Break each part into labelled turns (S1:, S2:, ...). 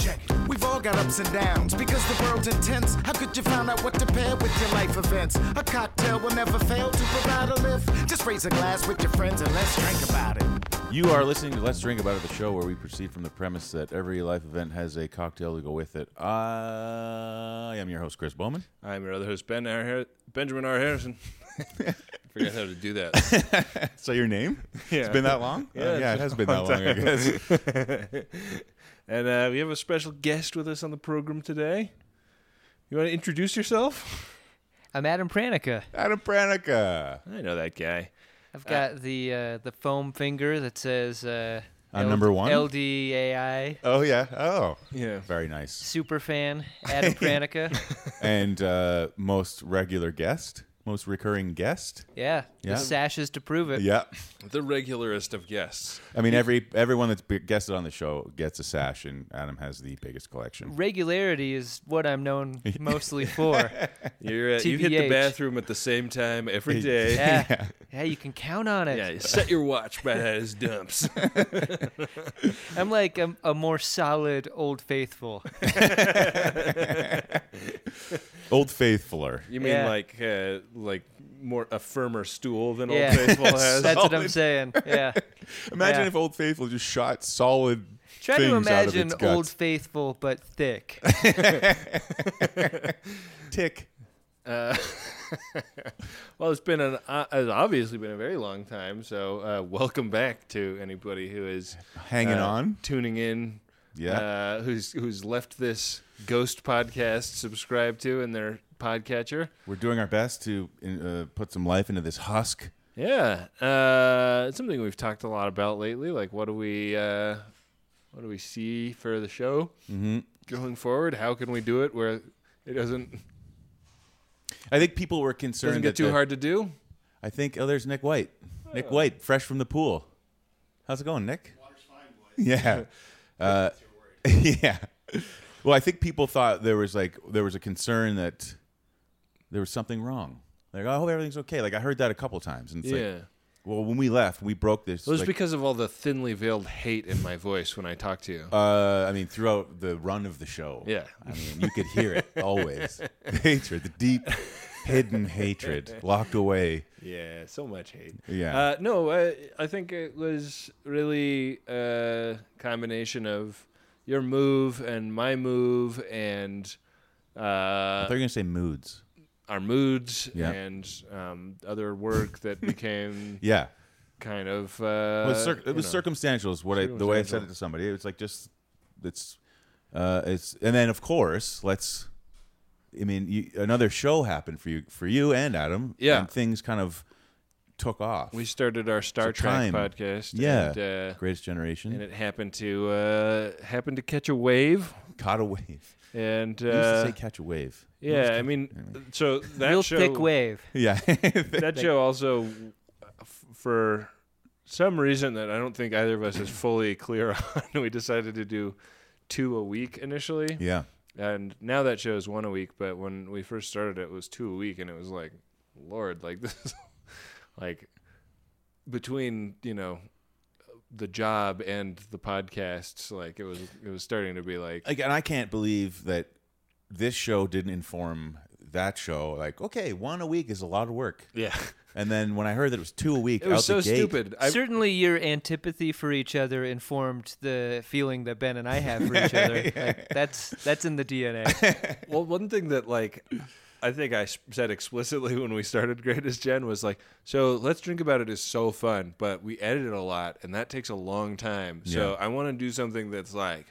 S1: Check it. We've all got ups and downs because the world's intense. How could you find out what to pair with your life events? A cocktail will never fail to provide a lift. Just raise a glass with your friends and let's drink about it.
S2: You are listening to Let's Drink About It, the show where we proceed from the premise that every life event has a cocktail to go with it. I am your host, Chris Bowman.
S3: I'm your other host, Ben R. Har- Benjamin R. Harrison. Forgot how to do that.
S2: So your name?
S3: Yeah.
S2: It's been that long?
S3: Yeah,
S2: Uh, yeah it
S3: it's
S2: has
S3: been
S2: been that long, I guess.
S3: and uh, we have a special guest with us on the program today. You want to introduce yourself?
S4: I'm Adam Pranica.
S2: Adam Pranica.
S3: I know that guy.
S4: I've got the uh, the foam finger that says uh,
S2: On number one?
S4: LDAI
S2: Oh, yeah. Oh,
S3: Yeah.
S2: very nice.
S4: super fan Adam Pranica.
S2: And uh, most regular guest, most recurring guest.
S4: Yeah,
S2: Yeah.
S4: the sashes to prove it.
S2: Yeah.
S3: The regularest of guests.
S2: I mean, every everyone that's be- guested on the show gets a sash, and Adam has the biggest collection.
S4: Regularity is what I'm known mostly for.
S3: You're, uh, you hit the
S4: TBH.
S3: bathroom at the same time every day.
S4: Yeah. yeah, you can count on it.
S3: Yeah, you set your watch by his dumps.
S4: I'm like a, a more solid old faithful.
S2: Old Faithfuler.
S3: You mean
S4: Yeah.
S3: like uh, like more a firmer stool than
S4: Yeah.
S3: Old Faithful has?
S4: That's what I'm
S2: Solid.
S4: saying. Yeah.
S2: Imagine
S4: Yeah.
S2: if Old Faithful just shot solid
S4: Try
S2: things
S4: to
S2: out of
S4: imagine
S2: its guts.
S4: old faithful but thick.
S2: tick.
S3: Uh, well, it's been an uh, it's obviously been a very long time. So uh, welcome back to anybody who is
S2: Hanging
S3: uh,
S2: on.
S3: tuning in.
S2: Yeah.
S3: uh, who's who's left this ghost podcast subscribed to in their podcatcher?
S2: We're doing our best to uh, put some life into this husk.
S3: Yeah, uh, it's something we've talked a lot about lately. Like, what do we uh, what do we see for the show
S2: Mm-hmm.
S3: going forward? How can we do it where it doesn't
S2: I think people were concerned
S3: doesn't get
S2: that
S3: too
S2: the-
S3: hard Oh. to do?
S2: I think oh, there's Nick White. Nick White, fresh from the pool. How's it going, Nick? Yeah. Uh, yeah. Well, I think people thought there was like there was a concern that there was something wrong. Like, oh, I hope everything's okay. Like I heard that a couple times, and it's
S3: yeah.
S2: like, well, when we left, we broke this.
S3: It was
S2: like,
S3: because of all the thinly veiled hate in my voice when I talk to you.
S2: uh, I mean, throughout the run of the show,
S3: Yeah.
S2: I mean, you could hear it always. The hatred, the deep, hidden hatred, locked away.
S3: yeah, so much hate.
S2: Yeah.
S3: Uh, no, I, I think it was really a combination of your move and my move and uh,
S2: They're gonna say moods.
S3: our moods
S2: Yeah.
S3: and um, other work that became
S2: Yeah,
S3: kind of. Uh,
S2: it was, cir-
S3: you
S2: it was
S3: know.
S2: circumstantial. Is what I the way I said it to somebody. It was like just it's uh, it's and then of course let's. I mean, you, another show happened for you for you and Adam.
S3: Yeah.
S2: and things kind of took off.
S3: We started our Star
S2: It's a
S3: Trek
S2: time.
S3: podcast.
S2: yeah,
S3: And, uh,
S2: Greatest Generation
S3: and it happened to uh, happened to catch a wave,
S2: caught a wave.
S3: and uh,
S2: We used to say catch a wave.
S3: Yeah, I mean, so that
S4: Real
S3: show,
S4: thick wave.
S2: Yeah,
S3: that show also, uh, f- for some reason that I don't think either of us is fully clear on, we decided to do two a week initially,
S2: yeah.
S3: and now that show is one a week. But when we first started, it was two a week, and it was like, Lord, like this, is- like between you know the job and the podcasts, like it was it was starting to be like.
S2: Again, I can't believe that this show didn't inform that show. Like, okay, one a week is a lot of work.
S3: yeah,
S2: And then when I heard that it was two a week,
S3: it was
S2: out
S3: so
S2: the gate,
S3: stupid. I,
S4: Certainly, your antipathy for each other informed the feeling that Ben and I have for each other. Like, that's that's in the DNA.
S3: Well, one thing that like I think I s- said explicitly when we started Greatest Gen was like, so let's drink about it is so fun, but we edit it a lot, and that takes a long time. So I want to do something that's like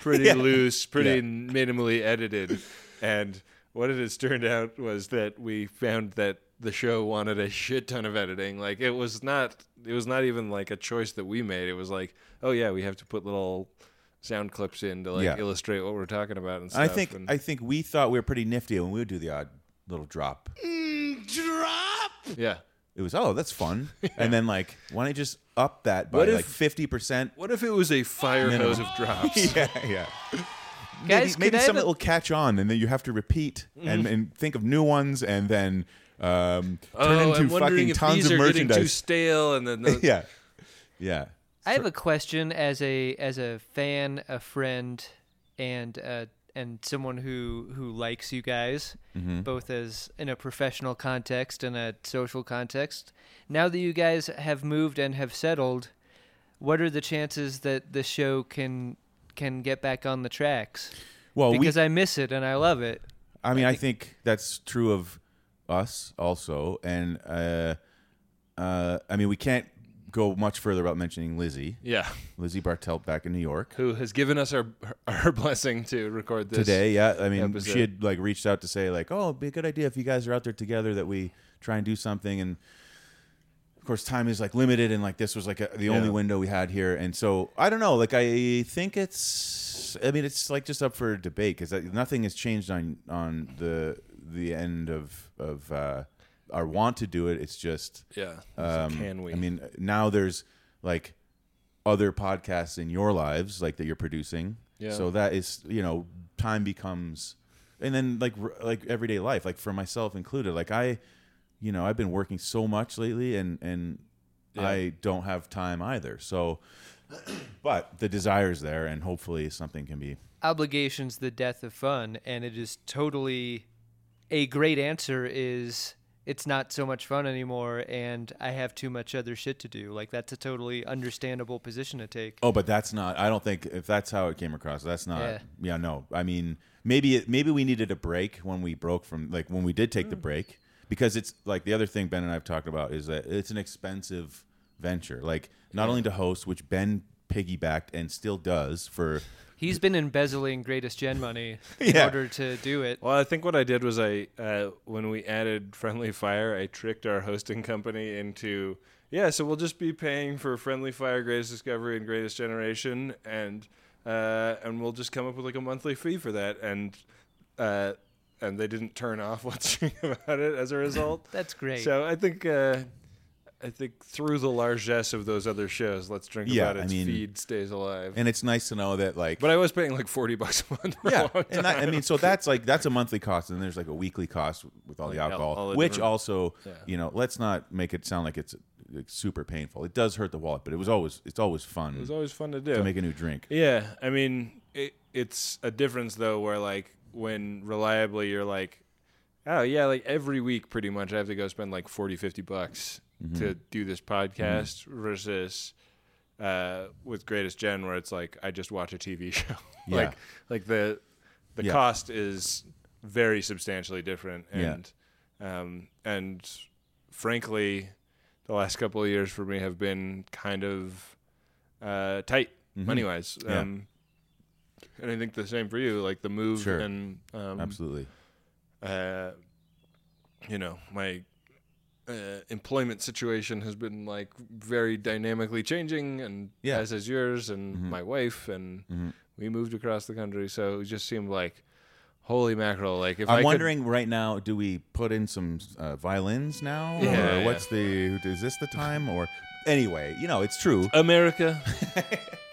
S3: pretty loose, pretty
S2: Yeah.
S3: minimally edited. And what it has turned out was that we found that the show wanted a shit ton of editing. Like it was not, it was not even like a choice that we made. It was like, oh yeah, we have to put little sound clips in to like
S2: Yeah.
S3: illustrate what we're talking about and stuff.
S2: And I think
S3: and-
S2: I think we thought we were pretty nifty when we would do the odd little drop.
S3: Yeah.
S2: It was oh that's fun, and then like why don't you just up that by
S3: What if-
S2: like fifty percent?
S3: What if it was a fire
S2: Minimum.
S3: hose of drops?
S2: Yeah, yeah.
S4: Guys,
S2: maybe
S4: can I
S2: maybe
S4: have
S2: some
S3: Mm-hmm.
S4: a-
S2: that will catch on, and then you have to repeat and, and think of new ones, and then Um, turn
S3: Oh,
S2: into
S3: I'm wondering
S2: fucking
S3: if
S2: tons
S3: these
S2: of
S3: are getting too
S2: merchandise.
S3: stale, and then the,
S2: yeah, yeah.
S4: I have a question as a as a fan, a friend, and uh, and someone who who likes you guys,
S2: Mm-hmm.
S4: both as in a professional context and a social context. Now that you guys have moved and have settled, what are the chances that the show can can get back on the tracks?
S2: Well, we
S4: because I miss it and I love it.
S2: I mean, I think, that's true of us also, and uh, uh, I mean, we can't go much further without mentioning Lizzie,
S3: yeah,
S2: Lizzie Bartelt back in New York
S3: who has given us our her blessing to record this
S2: today. Yeah, I mean,
S3: episode.
S2: she had like reached out to say like, "Oh, it'd be a good idea if you guys are out there together that we try and do something." And of course, time is like limited, and like this was like a, the only
S3: Yeah.
S2: window we had here. And so I don't know. Like I think it's, I mean, it's like just up for debate because nothing has changed on on the the end of of uh, our want to do it. It's just
S3: Yeah, so
S2: um,
S3: can we?
S2: I mean, now there's like other podcasts in your lives, like that you're producing.
S3: Yeah.
S2: So that is, you know, time becomes, and then like r- like everyday life, like for myself included, like I, you know, I've been working so much lately, and and I don't have time either. So, but the desire's there, and hopefully something can be.
S4: obligation's the death of fun and it is totally a great answer is it's not so much fun anymore and i have too much other shit to do like that's a totally understandable position to take
S2: Oh, but that's not. I don't think if that's how it came across. That's not. Yeah,
S4: Yeah.
S2: no. I mean, maybe it, maybe we needed a break when we broke from like when we did take the
S3: Hmm.
S2: break because it's like the other thing Ben and I've talked about is that it's an expensive venture. Like not only to host, which Ben piggybacked and still does for
S4: he's been embezzling greatest gen money in
S2: Yeah.
S4: order to do it
S3: Well, I think what I did was I uh, when we added Friendly Fire, I tricked our hosting company into yeah, so we'll just be paying for Friendly Fire, Greatest Discovery, and Greatest Generation, and uh, and we'll just come up with like a monthly fee for that, and uh, and they didn't turn off watching about it as a result.
S4: that's great
S3: So I think uh, I think through the largesse of those other shows, Let's Drink
S2: Yeah,
S3: About
S2: I
S3: Its
S2: mean-
S3: feed stays alive.
S2: and it's nice to know that like
S3: but I was paying like forty bucks a month. For
S2: yeah
S3: a long
S2: and that, I mean so that's like that's a monthly cost and there's like a weekly cost with all the
S3: all-
S2: alcohol
S3: all the
S2: which
S3: different-
S2: also you know let's not make it sound like it's like, super painful it does hurt the wallet but it was always it's always fun
S3: It was always fun to do.
S2: to make a new drink
S3: Yeah, I mean, it, it's a difference though, where like when reliably you're like, oh yeah, like every week pretty much I have to go spend like 40, 50 bucks
S2: Mm-hmm.
S3: to do this podcast versus uh, with Greatest Gen where it's like I just watch a TV show. like like the the
S2: Yeah.
S3: cost is very substantially different,
S2: Yeah.
S3: and um, and frankly, the last couple of years for me have been kind of uh, tight money wise.
S2: Mm-hmm. Yeah.
S3: Um, And I think the same for you, like the move
S2: Sure.
S3: and um,
S2: Absolutely.
S3: uh, you know my uh, employment situation has been like very dynamically changing, and
S2: Yeah. Mm-hmm.
S3: as is yours and my wife, and we moved across the country, so it just seemed like holy mackerel! Like if I
S2: I'm
S3: could-
S2: wondering right now, do we put in some uh, violins now?
S3: Yeah,
S2: or
S3: yeah.
S2: what's the is this the time or anyway, you know, it's true.
S3: America,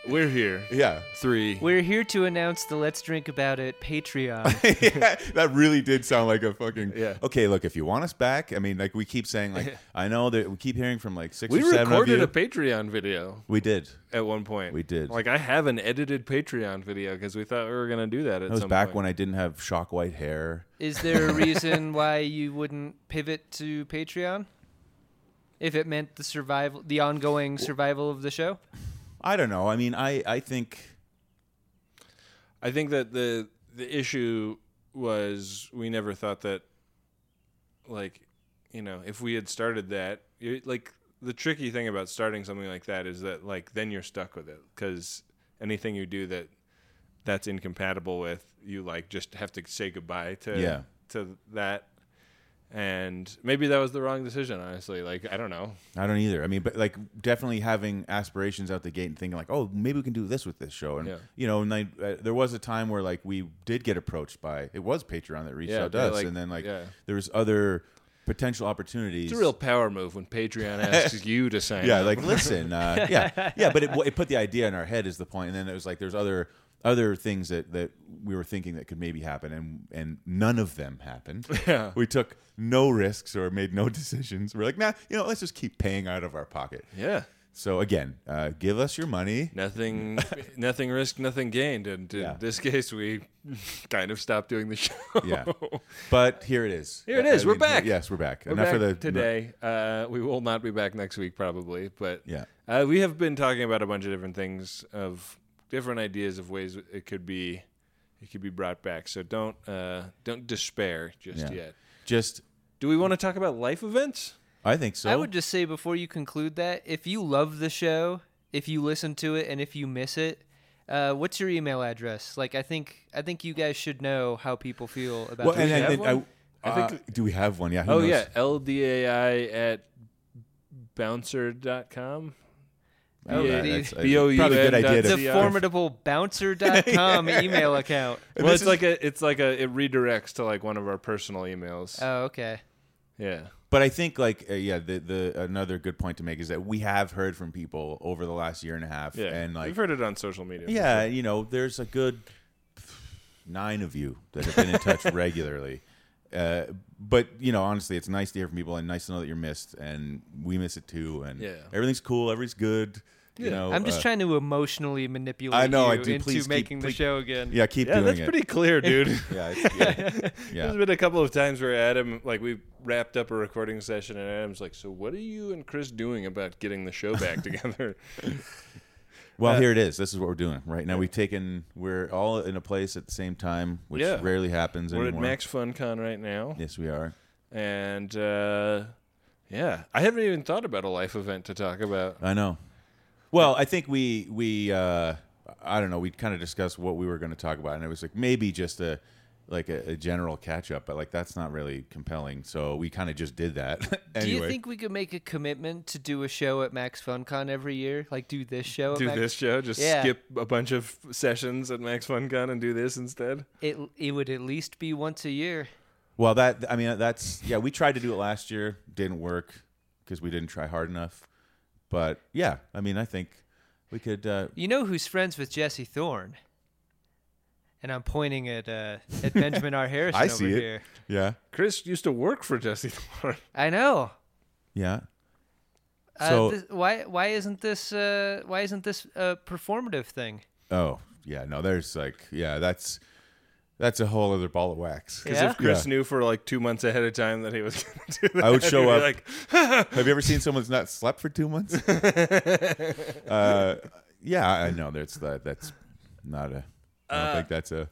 S3: we're here.
S2: Yeah.
S3: Three.
S4: we're here to announce the let's drink about it patreon
S2: yeah, that really did sound like a fucking.
S3: Yeah.
S2: Okay, look, if you want us back, I mean, like we keep saying, like I know that we keep hearing from like six
S3: we
S2: or seven of
S3: recorded
S2: you.
S3: a Patreon video.
S2: we did.
S3: at one point.
S2: We did.
S3: Like I have an edited Patreon video because we thought we were gonna do that at
S2: That was
S3: some
S2: back
S3: point.
S2: when I didn't have shock white hair.
S4: is there a reason why you wouldn't pivot to patreon if it meant the survival the ongoing survival of the show
S2: I don't know. I mean, I I think
S3: I think that the the issue was we never thought that like you know if we had started that you like the tricky thing about starting something like that is that like then you're stuck with it because anything you do that that's incompatible with you like just have to say goodbye to
S2: Yeah.
S3: to that and maybe that was the wrong decision honestly like i don't know
S2: I don't either. I mean, but like definitely having aspirations out the gate and thinking like, oh, maybe we can do this with this show, and
S3: Yeah.
S2: you know, and I, uh, there was a time where like we did get approached by it was Patreon that reached
S3: Yeah,
S2: out to
S3: they're
S2: us,
S3: like-
S2: and then like
S3: yeah.
S2: there was other potential opportunities.
S3: It's a real power move when Patreon asks you to sign
S2: yeah,
S3: up.
S2: like listen, uh, yeah, yeah. But it, it put the idea in our head is the point, and then it was like there's other other things that, that we were thinking that could maybe happen, and and none of them happened.
S3: Yeah.
S2: We took no risks or made no decisions. We're like, nah, you know, let's just keep paying out of our pocket.
S3: Yeah.
S2: So again, uh, give us your money.
S3: Nothing, nothing risked, nothing gained. And in
S2: Yeah.
S3: this case, we kind of stopped doing the show.
S2: Yeah, but here it is.
S3: Here it is. We're
S2: mean,
S3: back.
S2: Yes, we're back.
S3: We're
S2: Enough
S3: back
S2: of the
S3: today. Uh, we will not be back next week, probably. But
S2: Yeah.
S3: uh, we have been talking about a bunch of different things, of different ideas of ways it could be, it could be brought back. So don't, uh, don't despair just
S2: Yeah.
S3: yet.
S2: Just,
S3: Do we want to talk about life events?
S2: I think so.
S4: I would just say before you conclude that if you love the show, if you listen to it, and if you miss it, uh, what's your email address? Like, I think I think you guys should know how people feel about.
S2: Well,
S4: the
S2: and,
S4: show.
S2: and,
S3: have
S2: and I,
S3: one? I
S2: uh,
S3: think-
S2: do we have one? Yeah. who
S3: oh
S2: knows?
S3: yeah, ldai at bouncer.com.
S2: Oh,
S4: Yeah,
S2: that-
S4: the-
S2: that's a-
S3: B-O-U-N
S2: probably a good idea
S3: dot
S2: to
S4: the
S3: Yeah.
S4: formidable bouncer.com email account.
S3: Well,
S2: this
S3: it's
S2: is-
S3: like a, it's like a, it redirects to like one of our personal emails.
S2: Uh,
S4: Oh, okay.
S3: yeah.
S2: But I think like uh, yeah, the the another good point to make is that we have heard from people over the last year and a half,
S3: Yeah,
S2: and like
S3: we've heard it on social media.
S2: yeah, you know, there's a good nine of you that have been in touch regularly. Uh, but you know, honestly, it's nice to hear from people and nice to know that you're missed, and we miss it too. And
S3: Yeah.
S2: everything's cool, everything's good. You know,
S4: I'm just
S2: uh,
S4: trying to emotionally manipulate
S2: I know, I
S4: you
S2: do.
S4: into
S2: Please keep-
S4: making the
S2: please-
S4: show again.
S2: Yeah, keep
S3: yeah,
S2: doing
S3: that's
S2: it.
S3: pretty clear, dude.
S2: yeah, it's, yeah, yeah.
S3: There's been a couple of times where Adam, like, we wrapped up a recording session, and Adam's like, "So, what are you and Chris doing about getting the show back together?"
S2: Well, here it is. This is what we're doing right now. We've taken we're all in a place at the same time, which
S3: Yeah.
S2: rarely happens
S3: We're at
S2: anymore.
S3: Max FunCon right now,
S2: yes, we are.
S3: and uh, yeah, I haven't even thought about a life event to talk about.
S2: I know. Well, I think we we uh, I don't know. We kind of discussed what we were going to talk about, and it was like maybe just a like a, a general catch up, but like that's not really compelling. So we kind of just did that
S4: Do
S2: anyway.
S4: you think we could make a commitment to do a show at Max FunCon every year? Like do this show at
S3: Do
S4: Max
S3: this show, just
S4: Yeah.
S3: skip a bunch of sessions at Max FunCon and do this instead.
S4: It it would at least be once a year.
S2: well, that I mean that's yeah. We tried to do it last year, didn't work because we didn't try hard enough. But yeah, I mean, I think we could. Uh,
S4: You know who's friends with Jesse Thorne? And I'm pointing at uh, at Benjamin R. Harrison
S2: I
S4: over
S2: see it.
S4: here.
S2: yeah,
S3: Chris used to work for Jesse Thorne.
S4: I know.
S2: yeah.
S4: Uh,
S2: So-
S4: this, why why isn't this uh, why isn't this a performative thing?
S2: Oh yeah, no, there's like yeah, that's that's a whole other ball of wax.
S3: Because
S4: Yeah?
S3: if Chris
S2: Yeah.
S3: knew for like two months ahead of time that he was going to do that,
S2: I would show
S3: he'd be
S2: up.
S3: Like,
S2: Have you ever seen someone who's not slept for two months? uh, yeah, I know that's that, that's not a. I
S3: Uh,
S2: don't think that's a.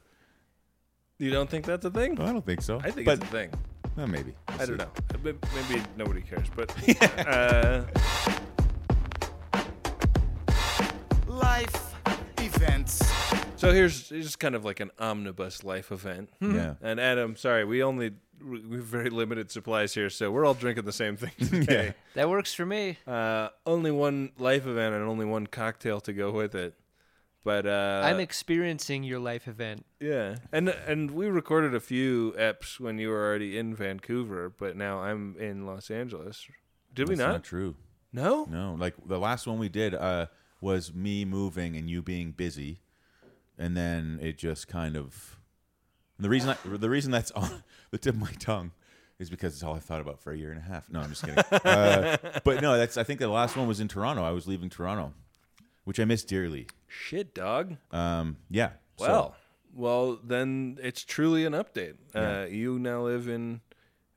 S3: you don't think that's a thing?
S2: I don't think so.
S3: I think
S2: but
S3: it's a thing.
S2: well, maybe. We'll
S3: I
S2: see.
S3: don't know. Maybe, maybe nobody cares, but uh,
S1: Life events.
S3: so here's here's just kind of like an omnibus life event.
S2: Yeah.
S3: And Adam, sorry, we only we we have very limited supplies here, so we're all drinking the same thing today.
S4: That works for me.
S3: Uh, only one life event and only one cocktail to go with it. But uh,
S4: I'm experiencing your life event.
S3: Yeah, and and we recorded a few eps when you were already in Vancouver, but now I'm in Los Angeles. Did we
S2: That's not?
S3: not?
S2: true.
S3: no?
S2: No, like the last one we did uh, was me moving and you being busy, and then it just kind of. The reason I, the reason that's on the tip of my tongue is because it's all I thought about for a year and a half. No, I'm just kidding. uh, but no, that's I think the last one was in Toronto. I was leaving Toronto, which I miss dearly.
S3: Shit, dog.
S2: Um, yeah. so-
S3: well, well, then it's truly an update. Uh, you now live in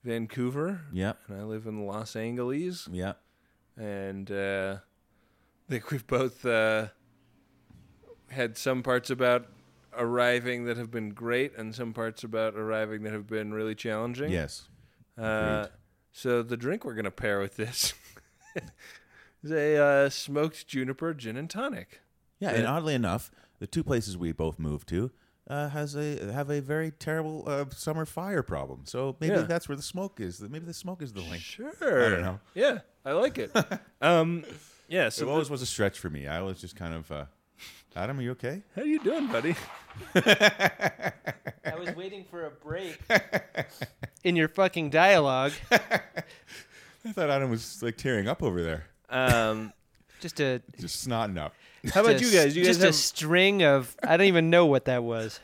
S3: Vancouver,
S2: yeah,
S3: and I live in Los Angeles,
S2: yeah.
S3: and uh, I think we've both uh, had some parts about arriving that have been great, and some parts about arriving that have been really challenging.
S2: Yes.
S3: Uh,
S2: Agreed.
S3: so the drink we're gonna pair with this is a uh, smoked juniper gin and tonic.
S2: Yeah, and oddly enough, the two places we both moved to uh, has a have a very terrible uh, summer fire problem. So maybe
S3: Yeah.
S2: that's where the smoke is. Maybe the smoke is the link.
S3: Sure.
S2: I don't know.
S3: Yeah, I like it. um, yeah. So
S2: It
S3: the-
S2: always was a stretch for me. I was just kind of, uh, Adam, are you okay?
S3: how you doing, buddy?
S4: I was waiting for a break in your fucking dialogue.
S2: I thought Adam was like tearing up over there.
S3: Um,
S4: Just a
S2: Just snotting up.
S3: How about
S4: just
S3: you
S4: a-
S3: guys? You guys
S4: just a
S3: have,
S4: string of I don't even know what that was.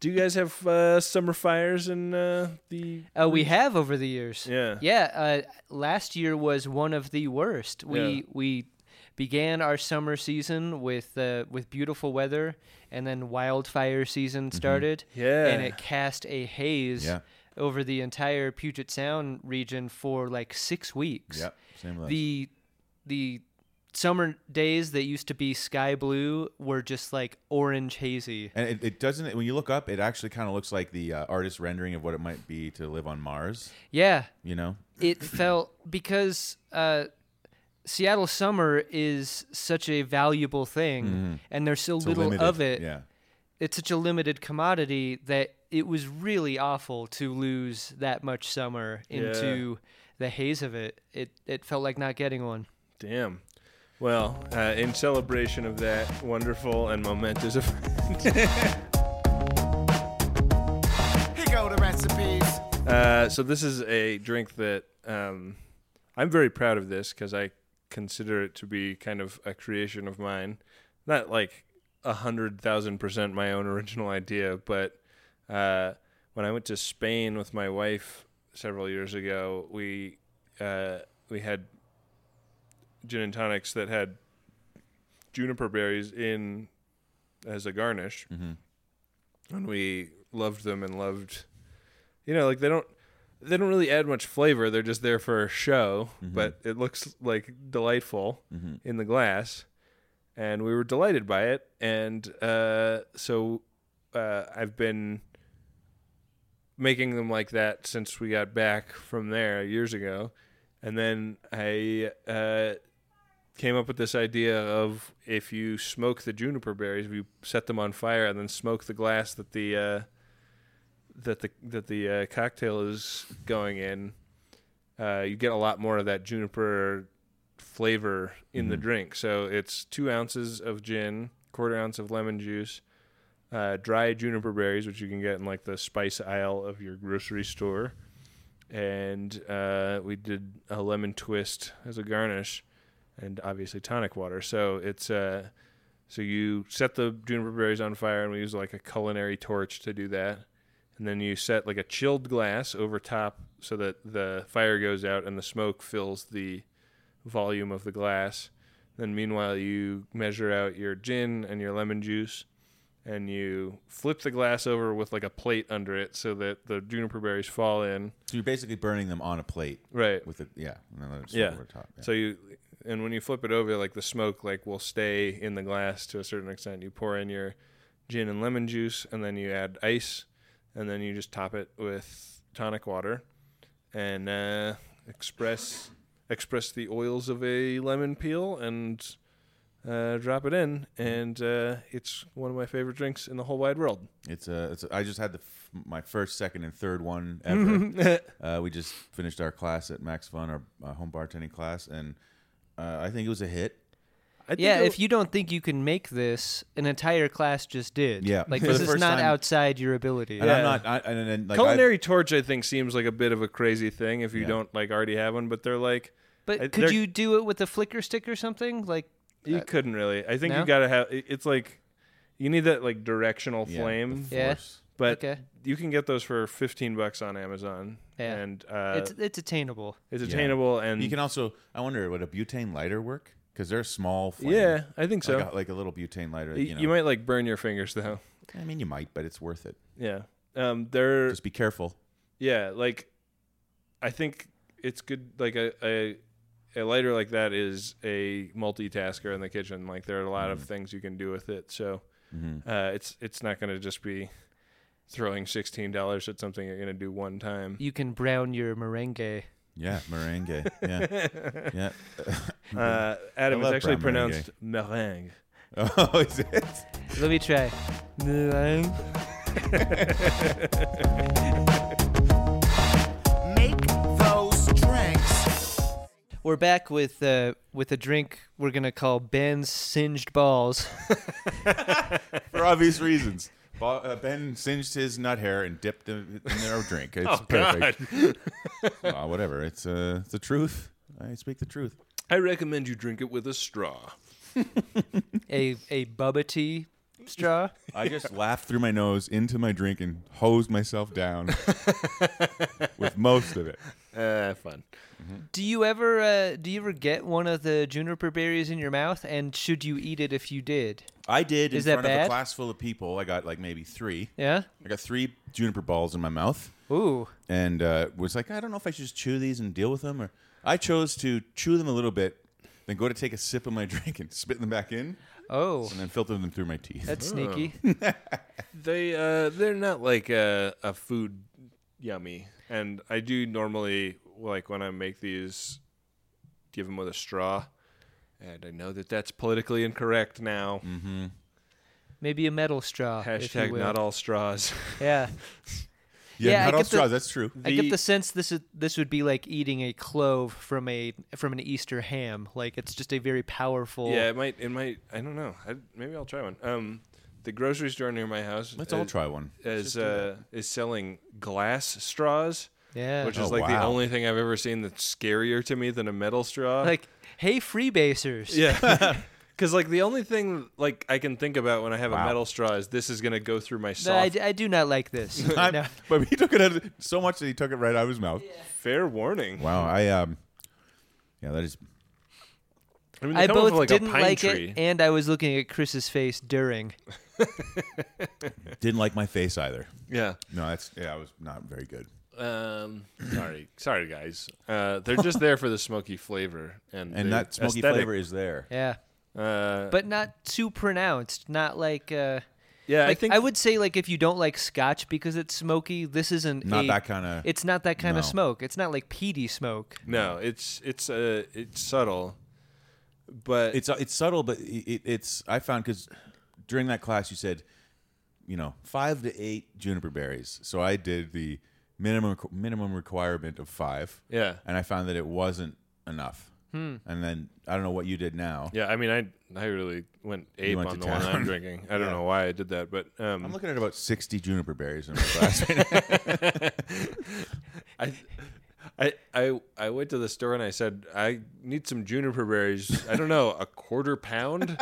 S3: do you guys have uh, summer fires and uh, the?
S4: Uh, we have over the years.
S3: Yeah.
S4: Yeah. Uh, last year was one of the worst. We
S3: Yeah.
S4: we began our summer season with uh, with beautiful weather, and then wildfire season started. And
S3: Yeah.
S4: it cast a haze
S2: Yeah.
S4: over the entire Puget Sound region for like six weeks.
S2: Yep, same with us.
S4: The the summer days that used to be sky blue were just like orange hazy.
S2: And it, it doesn't. When you look up, it actually kind of looks like the uh, artist rendering of what it might be to live on Mars.
S4: Yeah.
S2: You know,
S4: it felt because uh, Seattle summer is such a valuable thing, and there's so
S2: Mm-hmm. It's a
S4: little
S2: limited-
S4: of it.
S2: Yeah,
S4: It's such a limited commodity that it was really awful to lose that much summer into the haze of it. It it felt like not getting one.
S3: Damn. Well, uh, in celebration of that wonderful and momentous event,
S1: Here go the recipes.
S3: uh, so this is a drink that um, I'm very proud of this because I consider it to be kind of a creation of mine, not like a hundred thousand percent my own original idea, but uh, when I went to Spain with my wife several years ago, we uh, we had gin and tonics that had juniper berries in as a garnish,
S2: Mm-hmm.
S3: and we loved them and loved, you know, like they don't they don't really add much flavor. They're just there for show, but it looks like delightful
S2: Mm-hmm.
S3: in the glass, and we were delighted by it. And uh, so uh, I've been making them like that since we got back from there years ago. And then I uh, came up with this idea of if you smoke the juniper berries, if you set them on fire and then smoke the glass that the uh, that the that the uh, cocktail is going in, uh, you get a lot more of that juniper flavor in the drink. So it's two ounces of gin, quarter ounce of lemon juice, uh, dry juniper berries, which you can get in like the spice aisle of your grocery store. And uh, we did a lemon twist as a garnish, and obviously tonic water. So it's uh, so you set the juniper berries on fire, and we use like a culinary torch to do that. And then you set like a chilled glass over top so that the fire goes out and the smoke fills the volume of the glass. Then, meanwhile, you measure out your gin and your lemon juice, and you flip the glass over with like a plate under it so that the juniper berries fall in.
S2: so you're basically burning them on a plate
S3: Right.
S2: with it. Yeah, and then let it
S3: yeah.
S2: over top. Yeah.
S3: So you, and when you flip it over, like the smoke, like will stay in the glass to a certain extent. You pour in your gin and lemon juice, and then you add ice, and then you just top it with tonic water, and uh, express express the oils of a lemon peel and uh, drop it in, and uh, it's one of my favorite drinks in the whole wide world.
S2: It's a. It's a I just had the f- my first, second, and third one ever. uh, we just finished our class at Max Fun, our uh, home bartending class, and uh, I think it was a hit.
S3: I think
S4: Yeah,
S3: it'll-
S4: if you don't think you can make this, an entire class just did.
S2: Yeah.
S4: like
S2: For
S4: this
S2: the
S4: is
S2: first
S4: not
S2: time-
S4: outside your ability.
S2: And I'm
S3: Yeah.
S2: not. I, and, and, and, like I-
S3: culinary torch, I think seems like a bit of a crazy thing if you
S2: Yeah.
S3: don't like already have one, but they're like.
S4: But
S3: I-
S4: could
S3: they're-
S4: you do it with a flicker stick or something? Like
S3: You couldn't really. I think
S4: no?
S3: you gotta have. it- It's like you need that like directional
S2: yeah, the
S3: flame,
S4: Yeah.
S2: force.
S3: but
S4: okay,
S3: you can get those for fifteen bucks on Amazon,
S4: Yeah.
S3: and uh,
S4: it's
S3: it's,
S4: it's attainable.
S2: Yeah.
S3: attainable. And
S2: You can also. I wonder would a butane lighter work? Because they're a small. Flame.
S3: yeah, I think so.
S2: Like a, like a little butane lighter.
S3: Y-
S2: You,
S3: you,
S2: know.
S3: might like burn your fingers though.
S2: I mean, you might, but it's worth it.
S3: Yeah, um, they're
S2: Just be careful.
S3: yeah, like I think it's good. Like a a, a lighter like that is a multitasker in the kitchen. Like there are a lot
S2: Mm-hmm.
S3: of things you can do with it. So uh, it's it's not gonna just be throwing sixteen dollars at something you're gonna do one time.
S4: You can brown your merengue.
S2: Yeah, merengue. Yeah, yeah.
S3: Uh,
S2: I
S3: Adam, it's
S2: love
S3: actually
S2: brown
S3: pronounced meringue.
S2: Oh, is it?
S4: Let me try.
S1: Make those drinks.
S4: We're back with uh, with a drink we're gonna call Ben's singed balls.
S2: for obvious reasons. Bo- uh, Ben singed his nut hair and dipped it in their drink.
S3: Oh,
S2: It's perfect. well, whatever. It's uh, it's the truth. I speak the truth.
S3: I recommend you drink it with a straw.
S4: A a bubba tea straw.
S2: I just laughed through my nose into my drink and hosed myself down with most of it. Ah,
S3: Uh, fun.
S4: Do you ever uh, do you ever get one of the juniper berries in your mouth? And should you eat it if you did?
S2: I did
S4: Is
S2: in
S4: that
S2: front of a
S4: bad?
S2: class full of people. I got like maybe three.
S4: Yeah.
S2: I got three juniper balls in my mouth
S4: Ooh.
S2: and uh, was like, I don't know if I should just chew these and deal with them, or I chose to chew them a little bit, then go to take a sip of my drink and spit them back in,
S4: Oh,
S2: and then filter them through my teeth.
S4: that's sneaky.
S3: They uh, they're not like a, a food yummy, and I do normally like when I make these, give them with a straw, and I know that that's politically incorrect now.
S4: Maybe a metal straw. if you
S3: Hashtag
S4: will.
S3: not all straws.
S4: Yeah.
S2: yeah,
S4: yeah, I
S2: not all
S4: get the-
S2: straws. that's true.
S4: I get
S3: The-
S4: the sense this is this would be like eating a clove from a from an Easter ham. Like it's just a very powerful.
S3: yeah, it might it might I don't know. I, maybe I'll try one. Um, the grocery store near my house.
S2: Let's
S3: is,
S2: all try one.
S3: Is uh, is selling glass straws.
S4: Yeah.
S3: Which
S2: Oh,
S3: is like the
S2: wow.
S3: only thing I've ever seen that's scarier to me than a metal straw.
S4: like, hey, freebasers.
S3: Yeah. Because like the only thing like I can think about when I have
S2: Wow.
S3: a metal straw is this is gonna go through my
S4: No, I,
S3: soft.
S4: d- I do not like this.
S2: I-
S4: No.
S2: But he took it out of, so much that he took it right out of his mouth.
S3: Fair warning.
S2: Wow, I um, yeah, that is
S3: I mean, they
S4: I
S3: come off
S4: both
S3: of, like a
S4: didn't
S3: pine
S4: like
S3: tree.
S4: it, and I was looking at Chris's face during.
S2: didn't like my face either.
S3: Yeah.
S2: No, that's yeah, I was not very good.
S3: Um. Sorry. Sorry, guys. Uh, they're just there for the smoky flavor and
S2: And
S3: the
S2: that smoky
S3: aesthetic.
S2: flavor is there.
S4: Yeah,
S3: Uh,
S4: but not too pronounced. Not like. Uh,
S3: yeah,
S4: like,
S3: I think
S4: would say like if you don't like Scotch because it's smoky, this isn't
S2: Not
S4: a-
S2: that kinda-
S4: It's not that kind
S2: no.
S4: of smoke. It's not like peaty smoke.
S3: no. It's it's uh it's subtle, but
S2: It's uh, it's subtle, but it, it, it's I found because during that class you said, you know, five to eight juniper berries. So I did the minimum requ- minimum requirement of five,
S3: yeah Hmm.
S2: and I found that it wasn't enough. And then I don't know what you did now.
S3: yeah. I mean, I I really went ape
S2: went
S3: on
S2: to
S3: the one
S2: town.
S3: I'm drinking. I don't know why I did that, but um,
S2: I'm looking at about sixty juniper berries in my
S3: Oh,
S2: class. right now.
S3: I, I, I, I went to the store and I said, I need some juniper berries. I don't know, a quarter pound.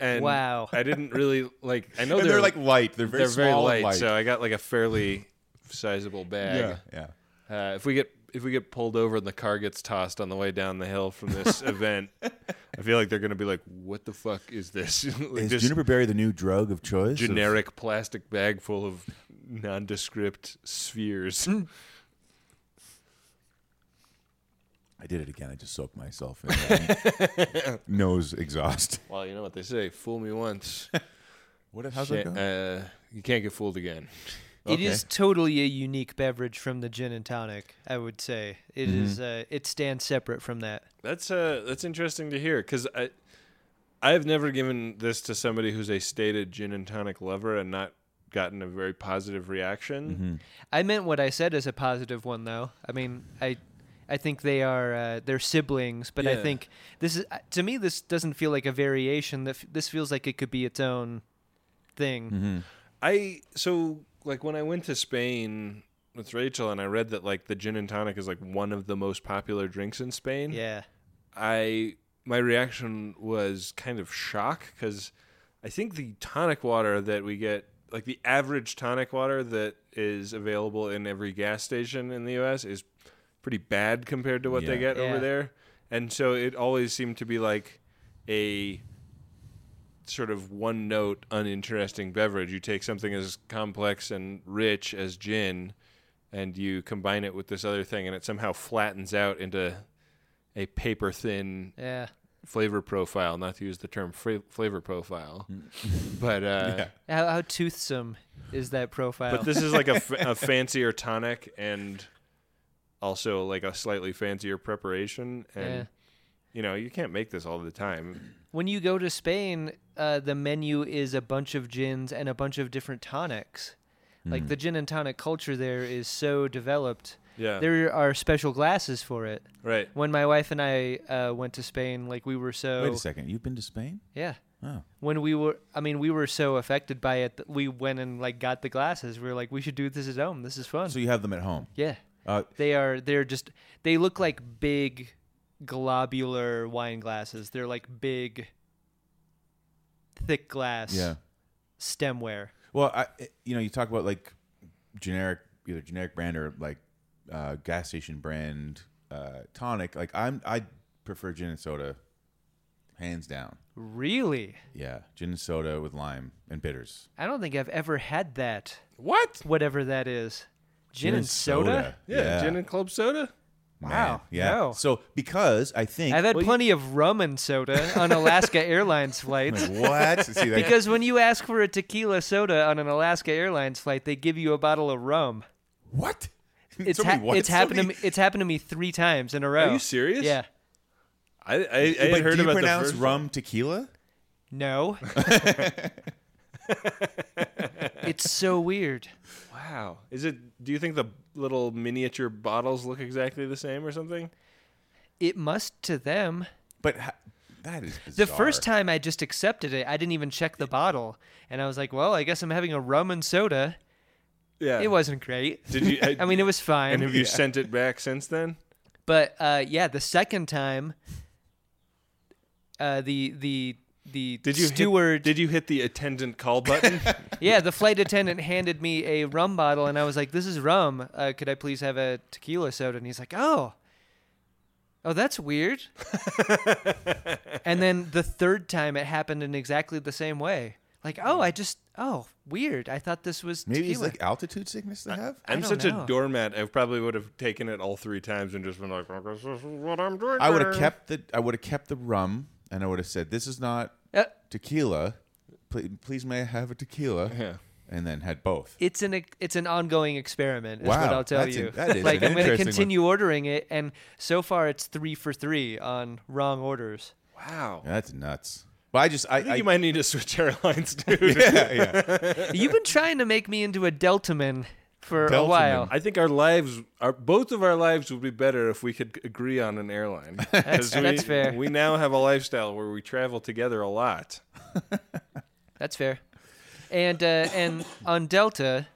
S3: And
S4: Wow.
S3: I didn't really like. I know
S2: and
S3: they're,
S2: they're like light. They're very
S3: they're very
S2: small
S3: light,
S2: and light.
S3: so I got like a fairly sizable
S2: yeah,
S3: bag.
S2: yeah.
S3: Uh, if we get if we get pulled over and the car gets tossed on the way down the hill from this event, I feel like they're gonna be like, "What the fuck is this? like
S2: Is
S3: this
S2: juniper berry the new drug of choice?
S3: generic plastic bag full of nondescript spheres."
S2: I did it again. I just soaked myself in my nose exhaust.
S3: well, you know what they say: fool me once.
S2: What? How's
S3: Shit, uh, you can't get fooled again.
S4: It is totally a unique beverage from the gin and tonic. I would say it
S3: Mm-hmm.
S4: is. Uh, it stands separate from that.
S3: That's uh, that's interesting to hear because I, I've never given this to somebody who's a stated gin and tonic lover and not gotten a very positive reaction.
S4: I meant what I said as a positive one, though. I mean, I, I think they are uh, they're siblings, but I
S3: Yeah.
S4: think this is to me this doesn't feel like a variation. That f- this feels like it could be its own thing.
S3: Mm-hmm. I so like when I went to Spain with Rachel and I read that like the gin and tonic is like one of the most popular drinks in Spain.
S4: Yeah,
S3: I my reaction was kind of shock because I think the tonic water that we get, like the average tonic water that is available in every gas station in the U.S., is pretty bad compared to what they
S2: Yeah.
S3: get
S4: Yeah.
S3: over there, and so it always seemed to be like a sort of one note uninteresting beverage you take something as complex and rich as gin and you combine it with this other thing and it somehow flattens out into a paper thin
S4: yeah.
S3: flavor profile, not to use the term fra- flavor profile,
S2: Mm.
S3: but uh,
S4: How, how toothsome is that profile?
S3: but this is like a, f- a fancier tonic and also like a slightly fancier preparation, and
S4: Yeah.
S3: you know you can't make this all the time.
S4: when you go to Spain, uh, the menu is a bunch of gins and a bunch of different tonics.
S3: Mm.
S4: Like the gin and tonic culture there is so developed.
S3: Yeah,
S4: There are special glasses for it.
S3: right.
S4: When my wife and I uh, went to Spain, like we were so
S2: Wait a second. You've been to Spain?
S4: yeah.
S2: Oh.
S4: When we were, I mean, we were so affected by it that we went and like got the glasses. We were like, we should do this at home. This is fun.
S2: So you have them at home.
S4: yeah,
S2: Uh,
S4: they are. They're just. They look like big globular wine glasses. They're like big, thick glass
S2: Yeah.
S4: stemware.
S2: Well, I, you know, you talk about like generic, either generic brand or like uh, gas station brand uh, tonic. Like I'm, I prefer gin and soda, hands down.
S4: Really?
S2: Yeah, gin and soda with lime and bitters.
S4: I don't think I've ever had that.
S3: What?
S4: Whatever that is. Gin, and soda?
S3: Yeah, gin and club soda.
S2: Man,
S4: wow,
S2: Yeah.
S4: no.
S2: So because I think
S4: I've had
S3: Well, you-
S4: plenty of rum and soda on Alaska Airlines flights.
S2: Like, what? See that?
S4: Because when you ask for a tequila soda on an Alaska Airlines flight, they give you a bottle of rum.
S2: what?
S4: It's
S2: Somebody
S4: ha-
S2: what?
S4: it's happened
S2: Somebody-
S4: to me. It's happened to me three times in a row.
S3: you serious?
S4: Yeah.
S3: I I, I had
S2: But
S3: heard
S2: do you
S3: about
S2: pronounce
S3: the first
S2: rum tequila?
S4: No. it's so weird.
S3: Wow. Is it? Do you think the little miniature bottles look exactly the same or something?
S4: It must to them.
S2: But ha- that is
S4: The
S2: bizarre.
S4: first time I just accepted it, I didn't even check the bottle, and I was like, "Well, I guess I'm having a rum and soda."
S3: Yeah.
S4: It wasn't great.
S3: Did you?
S4: I mean, it was fine.
S3: And have you sent it back since then?
S4: But uh, yeah, the second time, uh, the the the
S3: Did you hit-
S4: steward,
S3: did you hit the attendant call button?
S4: yeah, the flight attendant handed me a rum bottle, and I was like, "This is rum. Uh, could I please have a tequila soda?" And he's like, "Oh, oh, that's weird." and then the third time, it happened in exactly the same way. Like, oh, I just, oh, weird. I thought this was
S2: Maybe
S4: tequila.
S2: it's like altitude sickness they have.
S3: I'm
S4: don't
S3: such
S4: know.
S3: a doormat. I probably would have taken it all three times and just been like, "I guess this is what I'm drinking."
S2: I would have kept the I would have kept the rum, and I would have said, "This is not
S4: Uh,
S2: tequila. Please, please may I have a tequila?"
S3: Yeah.
S2: And then had both.
S4: it's an it's an ongoing experiment. Is what
S2: Wow,
S4: I'll tell
S2: that's
S4: you.
S2: an- that is
S4: like
S2: an
S4: I'm going to
S2: interesting one.
S4: continue ordering it, and so far it's three for three on wrong orders.
S3: Wow.
S2: Yeah, that's nuts. But I just I,
S3: I think
S2: I-
S3: you might need to switch airlines, dude.
S2: yeah, yeah.
S4: You've been trying to make me into a Deltaman for a
S2: Deltaman.
S4: while.
S3: I think our lives, our both of our lives, would be better if we could agree on an airline. that's,
S4: that's fair.
S3: We now have a lifestyle where we travel together a lot.
S4: That's fair. And uh, and on Delta,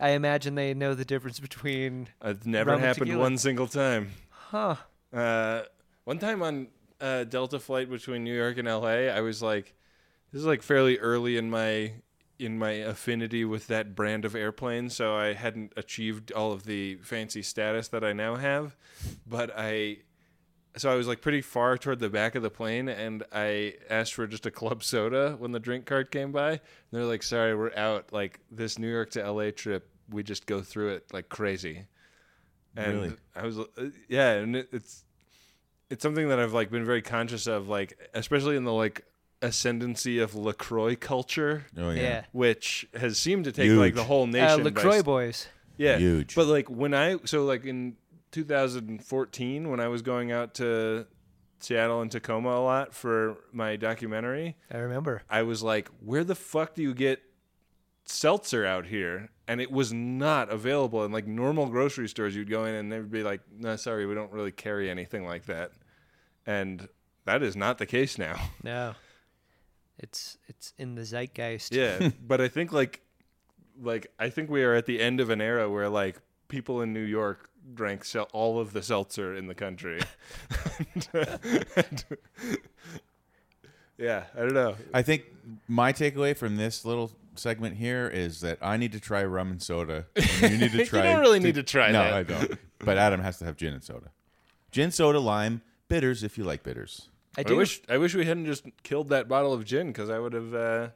S4: I imagine they know the difference between.
S3: It never
S4: Rum and
S3: happened
S4: tequila.
S3: one single time.
S4: Huh.
S3: Uh, one time on uh, Delta flight between New York and LA, I was like, this is like fairly early in my in my affinity with that brand of airplane, so I hadn't achieved all of the fancy status that I now have, but I so I was like pretty far toward the back of the plane, and I asked for just a club soda when the drink cart came by. And they're like, "Sorry, we're out. Like this New York to LA trip, we just go through it like crazy." And
S2: Really?
S3: I was, uh, yeah, and it, it's it's something that I've like been very conscious of, like especially in the like ascendancy of Lacroix culture,
S2: Oh yeah.
S4: Yeah.
S3: which has seemed to take
S2: Huge.
S3: like the whole
S4: Uh,
S3: nation. by
S4: LaCroix
S3: s-
S4: boys.
S3: yeah.
S2: Huge.
S3: But like when I so like in 2014 when I was going out to Seattle and Tacoma a lot for my documentary,
S4: I remember.
S3: I was like, where the fuck do you get seltzer out here? And it was not available in like normal grocery stores. You'd go in and they'd be like, no, sorry, we don't really carry anything like that. And that is not the case now.
S4: No. It's it's in the zeitgeist.
S3: Yeah, but I think like like I think we are at the end of an era where like people in New York drank sel- all of the seltzer in the country. yeah, I don't know.
S2: I think my takeaway from this little segment here is that I need to try rum and soda. And you need to
S3: You
S2: try.
S3: don't really need to try
S2: no,
S3: that.
S2: I don't. But Adam has to have gin and soda. Gin, soda, lime, bitters if you like bitters.
S4: I
S3: I
S4: do.
S3: wish I wish we hadn't just killed that bottle of gin because I would have uh,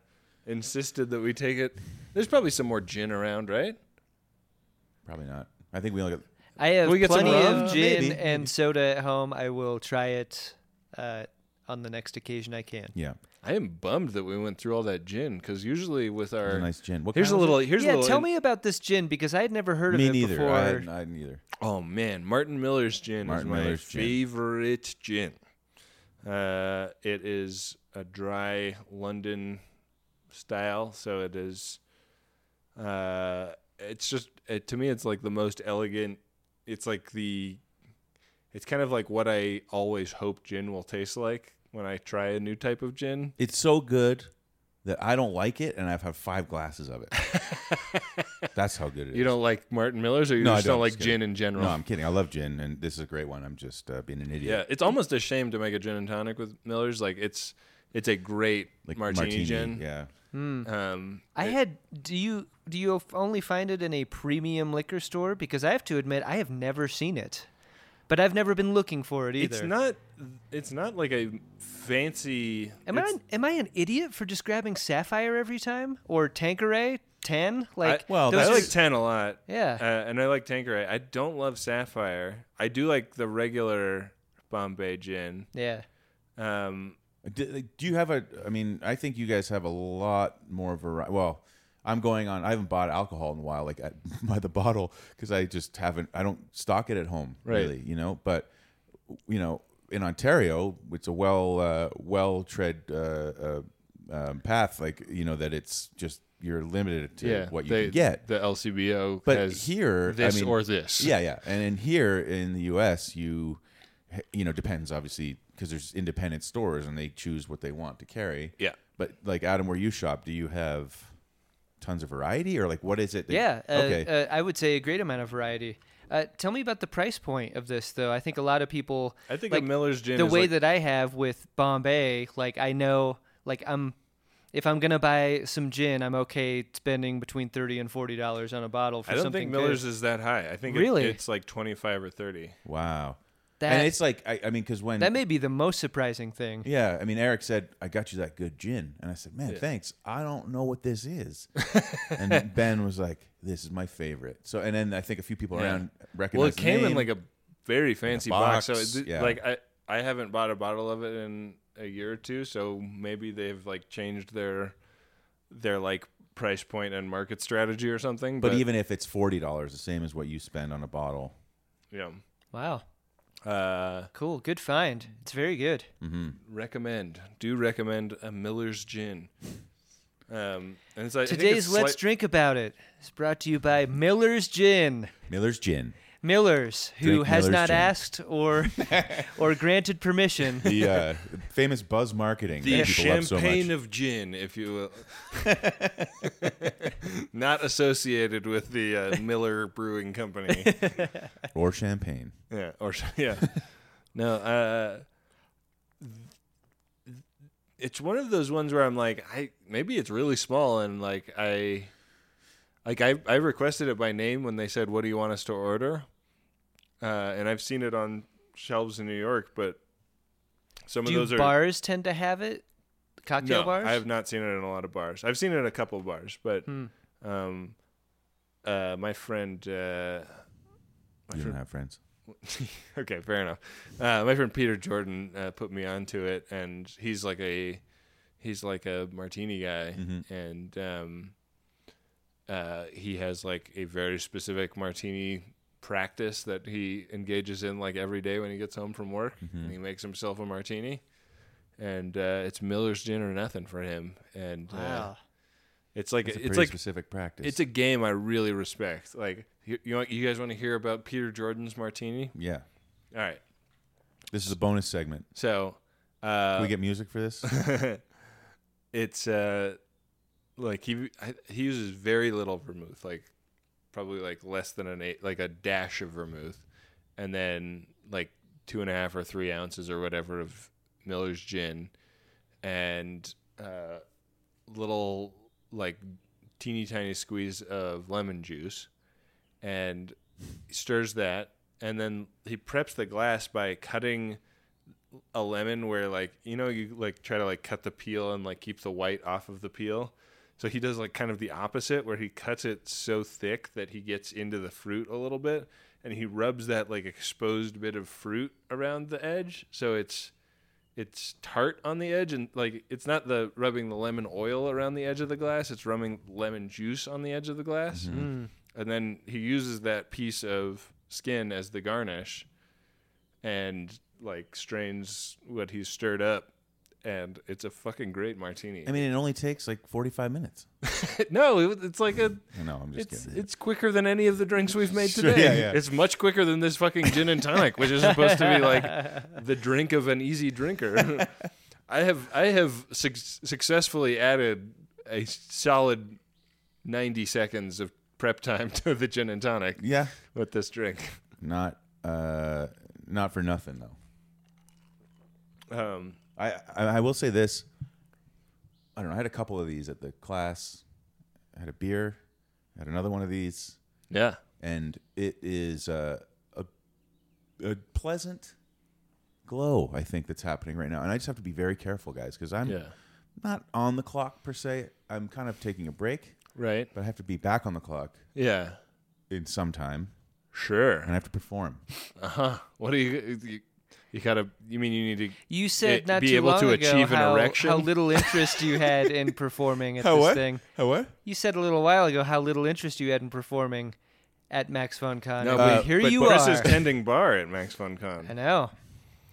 S3: insisted that we take it. There's probably some more gin around, right?
S2: Probably not. I think we only got
S4: I have
S3: We get some
S4: plenty
S3: rum?
S4: of gin
S2: Maybe.
S4: and soda at home. I will try it uh, on the next occasion I can.
S2: yeah.
S3: I am bummed that we went through all that gin because usually with
S2: it was
S3: our
S2: A nice gin. What
S3: here's a
S2: kind was
S3: little here's a
S4: yeah,
S3: little
S4: tell
S3: in-
S4: me about this gin because I had never heard
S2: it? Me
S4: of it
S2: neither.
S4: before.
S2: I hadn't, I hadn't either.
S3: Oh man, Martin Miller's gin
S2: Martin
S3: is my
S2: Miller's gin.
S3: favorite gin. Uh, it is a dry London style, so it is. Uh, it's just it, to me, it's like the most elegant. It's like the, it's kind of like what I always hope gin will taste like when I try a new type of gin.
S2: It's so good that I don't like it, and I've had five glasses of it. That's how good it is.
S3: You don't like Martin Miller's, or you
S2: No, I
S3: just
S2: don't,
S3: don't,
S2: I'm
S3: like
S2: just kidding.
S3: gin in general?
S2: No, I'm kidding. I love gin, and this is a great one. I'm just uh, being an idiot.
S3: yeah, it's almost a shame to make a gin and tonic with Miller's. Like it's it's a great
S2: like
S3: martini, gin.
S2: Yeah,
S4: Mm-hmm.
S3: Um,
S4: I
S3: it-
S4: had. Do you do you f- only find it in a premium liquor store? Because I have to admit, I have never seen it, but I've never been looking for it either.
S3: It's not. It's not like a fancy.
S4: Am I
S3: it's-
S4: an, am I an idiot for just grabbing Sapphire every time or Tanqueray ten? Like
S3: I,
S2: Well,
S3: well,
S4: those
S3: I
S4: are-
S3: like ten a lot.
S4: Yeah.
S3: uh, and I like Tanqueray. I don't love Sapphire. I do like the regular Bombay gin.
S4: yeah.
S3: Um,
S2: Do, do you have a? I mean, I think you guys have a lot more variety. Well, I'm going on. I haven't bought alcohol in a while, like at, by the bottle, because I just haven't. I don't stock it at home,
S3: Right.
S2: really. You know, but you know, in Ontario, it's a well, uh, well tread uh, uh, um, path. Like you know that it's just you're limited to
S3: yeah,
S2: what you
S3: they-
S2: can get.
S3: the LCBO.
S2: But
S3: has
S2: here,
S3: this
S2: I mean,
S3: or this.
S2: Yeah, yeah. And in here in the U.S., you, you know, depends obviously because there's independent stores and they choose what they want to carry.
S3: Yeah.
S2: But like Adam, where you shop, do you have tons of variety or like what is it? that-
S4: Yeah, uh,
S2: okay.
S4: uh, I would say a great amount of variety. Uh, tell me about the price point of this, though. I think a lot of people.
S3: I think a
S4: like,
S3: Miller's gin
S4: The
S3: is
S4: way
S3: like-
S4: that I have with Bombay, like I know, like I'm, if I'm gonna buy some gin, I'm okay spending between thirty and forty dollars on a bottle for
S3: I don't
S4: something.
S3: think
S4: good.
S3: Miller's is that high. I think it-
S4: Really?
S3: it's like twenty five or thirty.
S2: wow.
S4: That-
S2: and it's like I, I mean, because when
S4: That may be the most surprising thing.
S2: Yeah, I mean, Eric said, "I got you that good gin," and I said, "Man, thanks. I don't know what this is." and Ben was like, "This is my favorite." So, and then I think a few people around recognized.
S3: Well, it
S2: the
S3: came in
S2: name.
S3: like a very fancy
S2: box,
S3: box. So, it,
S2: yeah.
S3: like I, I haven't bought a bottle of it in a year or two. So maybe they've like changed their, their like price point and market strategy or something.
S2: but
S3: But,
S2: even if it's forty dollars, the same as what you spend on a bottle.
S3: you
S4: Wow,
S3: know, uh,
S4: cool, good find. It's very good.
S3: recommend do recommend a Miller's gin. Um, and it's like I think
S4: Today's
S3: it's
S4: Let's
S3: slight-
S4: Drink About It is brought to you by Miller's Gin.
S2: Miller's gin.
S4: Miller's, who
S2: Drink
S4: has
S2: Miller's
S4: not
S2: Gin.
S4: asked or or granted permission.
S2: The uh, famous buzz marketing
S3: the
S2: that people love so
S3: champagne
S2: much.
S3: of gin, if you will. Not associated with the uh, Miller Brewing Company.
S2: or champagne.
S3: Yeah, or yeah. no, uh it's one of those ones where I'm like, I maybe it's really small and like I like I, I requested it by name when they said, What do you want us to order? Uh and I've seen it on shelves in New York, but some
S4: Do
S3: of those are
S4: bars tend to have it? Cocktail
S3: no,
S4: bars? Hmm.
S3: I have not seen it in a lot of bars. I've seen it in a couple of bars, but um uh my friend uh
S2: You don't have friends.
S3: okay, fair enough. Uh, my friend Peter Jordan uh, put me onto it, and he's like a he's like a martini guy,
S2: Mm-hmm.
S3: and um, uh, he has like a very specific martini practice that he engages in like every day when he gets home from work,
S2: Mm-hmm.
S3: and he makes himself a martini. And uh, it's Miller's gin or nothing for him, and uh,
S4: wow.
S3: it's like
S2: It's a
S3: it's
S2: pretty
S3: like
S2: specific practice.
S3: it's a game I really respect. Like you, you, want, you guys want to hear about Peter Jordan's martini?
S2: yeah.
S3: All right,
S2: This is a bonus segment.
S3: so uh,
S2: Can we get music for this?
S3: it's uh, like he I, he uses very little vermouth, like probably like less than an eight, like a dash of vermouth, and then like two and a half or three ounces or whatever of Miller's gin, and uh, little like teeny tiny squeeze of lemon juice, and stirs that, and then he preps the glass by cutting a lemon where like you know you like try to like cut the peel and like keep the white off of the peel so he does like kind of the opposite where he cuts it so thick that he gets into the fruit a little bit and he rubs that like exposed bit of fruit around the edge so it's it's tart on the edge and like it's not the rubbing the lemon oil around the edge of the glass it's rubbing lemon juice on the edge of the glass
S2: Mm-hmm.
S3: and then he uses that piece of skin as the garnish and like strains what he's stirred up and it's a fucking great martini.
S2: I mean, it only takes like 45 minutes.
S3: no, it- it's like a
S2: No, I'm just
S3: it's
S2: kidding.
S3: it's quicker than any of the drinks we've made
S2: Sure,
S3: today.
S2: yeah, yeah.
S3: It's much quicker than this fucking gin and tonic, which is supposed to be like the drink of an easy drinker. I have I have suc successfully added a solid 90 seconds of prep time to the gin and tonic
S2: Yeah.
S3: with this drink.
S2: Not uh not for nothing though.
S3: Um,
S2: I, I I will say this. I don't know. I had a couple of these at the class. I had a beer. I had another one of these,
S3: yeah.
S2: and it is uh, a a pleasant glow. I think that's happening right now, and I just have to be very careful, guys, because I'm
S3: Yeah.
S2: not on the clock per se. I'm kind of taking a break,
S3: Right.
S2: but I have to be back on the clock
S3: Yeah.
S2: in some time,
S3: Sure.
S2: and I have to perform.
S3: Uh huh. What do you, you? You gotta. You mean you need to?
S4: You said
S3: It-
S4: not
S3: be
S4: too
S3: able
S4: long
S3: to
S4: ago
S3: achieve an
S4: how,
S3: erection?
S4: how little interest you had in performing at this thing.
S2: How what?
S4: You said a little while ago how little interest you had in performing at Max FunCon.
S3: No,
S4: and
S3: but-
S4: here
S3: but
S4: you
S3: Chris
S4: are.
S3: is tending bar at Max Fun
S4: I
S3: Con.
S4: know.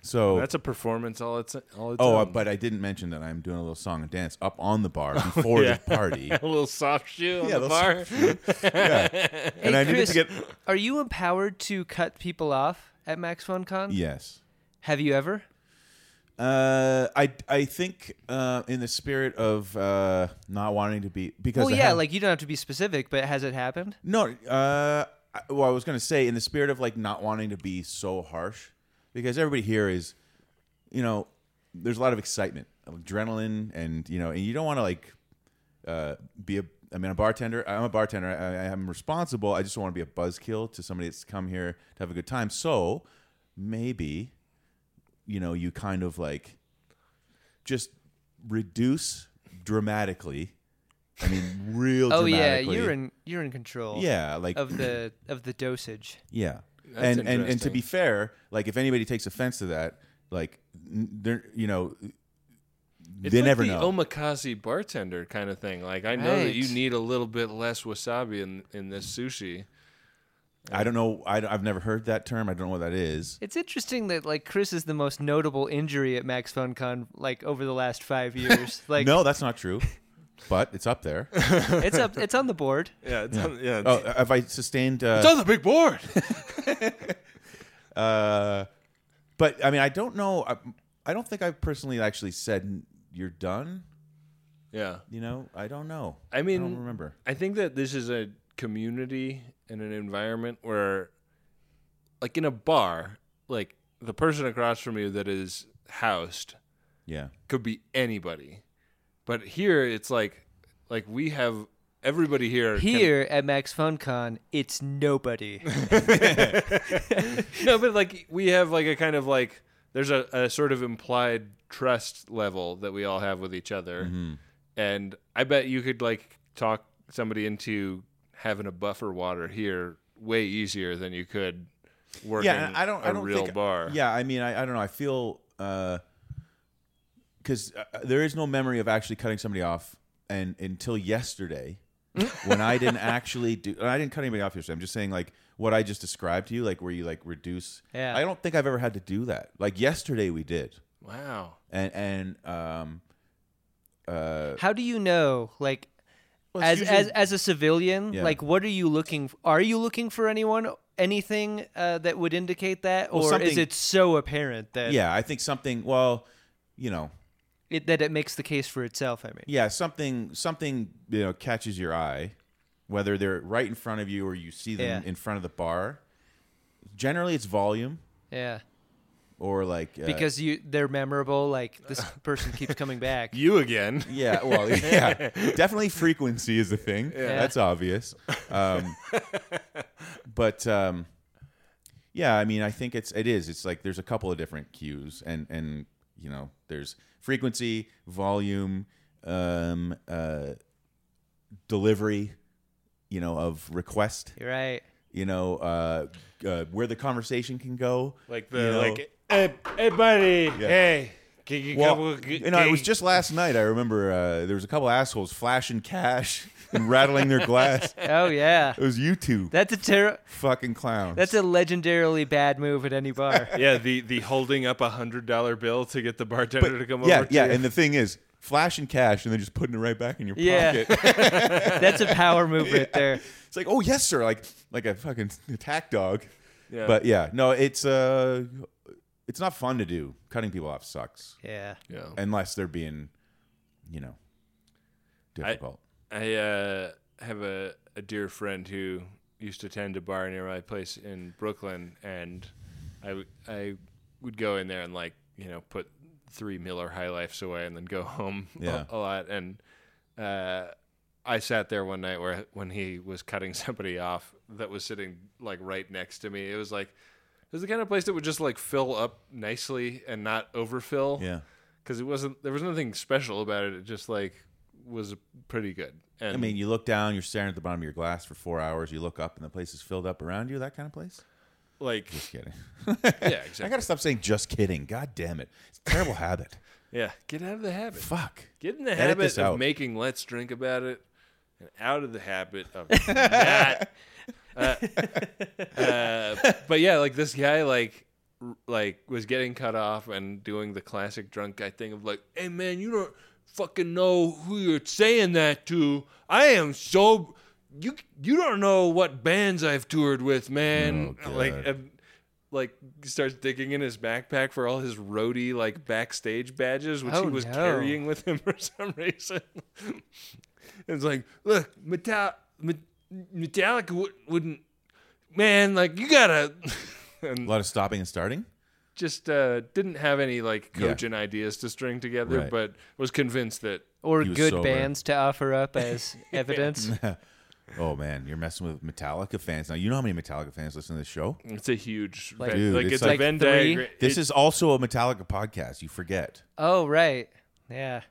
S2: So
S3: That's a performance all its all its
S2: Oh, uh,
S3: own.
S2: but I didn't mention that I'm doing a little song and dance up on the bar before
S3: yeah.
S2: the party.
S3: a little soft shoe on
S2: Yeah,
S3: the
S2: those-
S3: bar.
S2: and I needed
S4: Chris,
S2: to get
S4: Are you empowered to cut people off at Max FunCon?
S2: yes.
S4: Have you ever?
S2: Uh, I I think uh, in the spirit of uh, not wanting to be because
S4: Well,
S2: I
S4: yeah,
S2: have-
S4: like you don't have to be specific, but has it happened?
S2: no uh I- well I was gonna say in the spirit of like not wanting to be so harsh because everybody here is you know there's a lot of excitement adrenaline and you know and you don't want to like uh, be a I mean, a bartender. I'm a bartender. I, I'm responsible. I just don't want to be a buzzkill to somebody that's come here to have a good time. So maybe, you know, you kind of like just reduce dramatically. I mean, real.
S4: Oh yeah,
S2: dramatically.
S4: you're in you're in control.
S2: Yeah, like
S4: Of the of the dosage.
S2: yeah,
S3: That's
S2: and and and to
S3: interesting.
S2: be fair, like if anybody takes offense to that, like n- they're you know
S3: It's
S2: they
S3: like
S2: never
S3: the
S2: know.
S3: omakase bartender kind of thing. Like I know that
S4: Right.
S3: you need a little bit less wasabi in in this sushi.
S2: I don't know. I, have never heard that term. I don't know what that is.
S4: It's interesting that like Chris is the most notable injury at Max FunCon like over the last five years. Like
S2: no, that's not true. But it's up there.
S4: it's up it's on the board.
S3: Yeah, it's On, yeah.
S2: Oh, have I sustained? Uh,
S3: the big board.
S2: uh, but I mean, I don't know. I, I don't think I personally actually said you're done.
S3: yeah.
S2: You know, I don't know.
S3: I
S2: I don't
S3: mean,
S2: remember.
S3: I think that this is a community and an environment where, like in a bar, like the person across from you that is housed
S2: Yeah,
S3: could be anybody, but here it's like, like we have everybody here. can-
S4: Here at Max FunCon, it's nobody.
S3: no, but like we have like a kind of like there's a, a sort of implied trust level that we all have with each other,
S2: Mm-hmm.
S3: and I bet you could like talk somebody into having a buffer water here way easier than you could working
S2: yeah. And I don't.
S3: a
S2: I don't
S3: real
S2: think,
S3: bar.
S2: Yeah, I mean, I, I don't know. I feel because uh, there is no memory of actually cutting somebody off, and until yesterday, when I didn't actually do, and I didn't cut anybody off yesterday. I'm just saying, like what I just described to you, like where you like reduce.
S4: Yeah.
S2: I don't think I've ever had to do that. Like yesterday, we did,
S3: Wow.
S2: and and um, uh,
S4: How do you know like
S2: well,
S4: as
S2: it's usually-
S4: as as a civilian,
S2: Yeah.
S4: like what are you looking f Are you looking for anyone anything uh, that would indicate that
S2: Well,
S4: or is
S2: something-
S4: it so apparent that
S2: yeah, I think something. Well, you know,
S4: it, that it makes the case for itself, I mean.
S2: yeah something something you know catches your eye whether they're right in front of you or you see them
S4: Yeah.
S2: in front of the bar generally it's volume
S4: Yeah.
S2: Uh, or like uh,
S4: Because you they're memorable like this person keeps coming back.
S3: You again?
S2: yeah well yeah definitely frequency is the thing that's obvious um, but um, yeah i mean i think it's it is it's like there's a couple of different cues and and you know there's frequency volume um, uh, delivery you know of request
S4: You're right.
S2: you know, uh, uh, where the conversation can go.
S3: Like
S2: you know.
S3: hey, hey buddy, hey, can you
S2: well, you know, it was just last night. I remember uh, there was a couple assholes flashing cash and rattling their glass.
S4: Oh yeah.
S2: It was you two
S4: That's a ter-
S2: fucking clowns.
S4: that's a legendarily bad move at any bar.
S3: yeah the the holding up a hundred dollar bill to get the bartender
S2: but,
S3: to come
S2: yeah,
S3: over. to
S2: yeah.
S3: you.
S2: And the thing is, flashing cash and then just putting it right back in your
S4: Yeah.
S2: pocket.
S4: That's a power move right there.
S2: It's like, oh yes, sir, like like a fucking attack dog.
S3: Yeah.
S2: But yeah, no, it's uh, it's not fun to do. Cutting people off sucks
S4: Yeah.
S3: yeah.
S2: unless they're being, you know,
S3: I-
S2: difficult.
S3: I uh have a, a dear friend who used to tend a bar near my place in Brooklyn, and I, w- I would go in there and like you know put three Miller High Lifes away and then go home a-
S2: Yeah.
S3: a, lot. And uh, I sat there one night where when he was cutting somebody off that was sitting like right next to me. It was like it was the kind of place that would just like fill up nicely and not overfill
S2: Yeah.
S3: because it wasn't there was nothing special about it. It just like was pretty good. And
S2: I mean, you look down, you're staring at the bottom of your glass for four hours. You look up, and the place is filled up around you. That kind of place.
S3: like
S2: Just kidding.
S3: yeah,
S2: I
S3: exactly.
S2: gotta stop saying "just kidding." God damn it! It's a terrible habit.
S3: yeah, get out of the habit.
S2: Fuck.
S3: Get in the
S2: Edit
S3: habit
S2: this
S3: of
S2: out.
S3: making let's drink about it, and out of the habit of not. uh, uh, but yeah, like this guy, like r- like was getting cut off and doing the classic drunk guy thing of like, hey man, you don't fucking know who you're saying that to. I am so you you don't know what bands I've toured with, man.
S2: Oh,
S3: like.
S2: God.
S3: And, like starts digging in his backpack for all his roadie like backstage badges, which
S4: Oh,
S3: he was
S4: no.
S3: carrying with him for some reason. it's like, look, Metal- Met- Metallica would, wouldn't, man, like you gotta,
S2: A
S3: and
S2: lot of stopping and starting.
S3: just uh, didn't have any like
S2: Yeah.
S3: cogent ideas to string together,
S2: Right.
S3: but was convinced that
S4: Or
S2: He was
S4: good
S2: sober.
S4: bands to offer up as evidence.
S2: Oh man, you're messing with Metallica fans now. You know how many Metallica fans listen to this show?
S3: it's a huge,
S4: Like-
S3: Venn-
S2: Dude,
S3: like
S2: it's
S3: it's,
S2: like
S3: a Venn
S4: three.
S3: diagram.
S2: This
S3: it-
S2: is also a Metallica podcast. You forget.
S4: Oh right, yeah.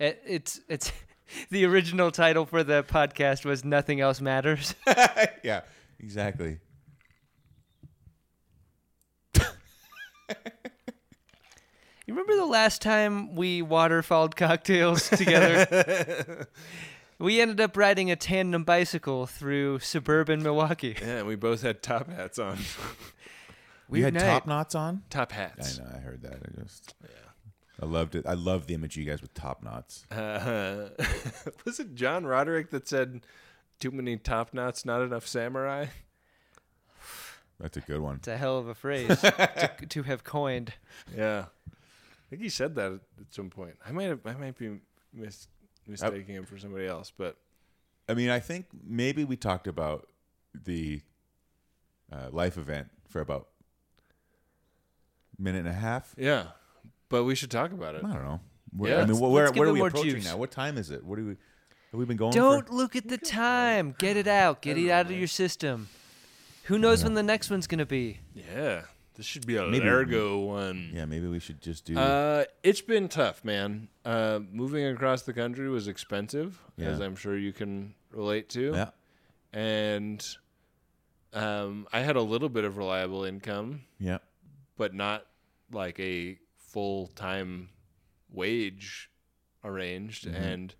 S4: It, it's it's the original title for the podcast was "Nothing Else Matters."
S2: yeah, exactly.
S4: you remember the last time we waterfalled cocktails together? we ended up riding a tandem bicycle through suburban Milwaukee.
S3: yeah, and we both had top hats on,
S2: We had
S4: Weird night.
S2: top knots on.
S3: top
S2: I
S3: hats.
S2: know. I heard that. I just. I loved it. I love the image of you guys with top knots.
S3: Uh, was it John Roderick that said, "Too many top knots, not enough samurai"?
S2: That's a good one.
S4: It's a hell of a phrase to, to have coined.
S3: Yeah, I think he said that at some point. I might have, I might be mis- mistaking him for somebody else, but
S2: I mean, I think maybe we talked about the uh, life event for about minute and a half.
S3: yeah. But we should talk about
S2: I
S3: it.
S2: don't know. Where,
S3: Yeah.
S2: I mean,
S3: Let's-
S2: wh- where,
S4: let's give
S2: where are
S4: it
S2: we
S4: more
S2: approaching
S4: juice.
S2: now? What time is it? What do we? Have we been going?
S4: Don't
S2: For?
S4: look at the time. Get it out. Get it out of your system. Who knows when the next one's gonna be?
S3: Yeah, this should be a
S2: Maybe-
S3: Largo one.
S2: Yeah, maybe we should just do.
S3: Uh, it's been tough, man. Uh, moving across the country was expensive, as
S2: Yeah.
S3: I'm sure you can relate to.
S2: yeah.
S3: And um, I had a little bit of reliable income.
S2: Yeah.
S3: but not like a full time wage arranged. And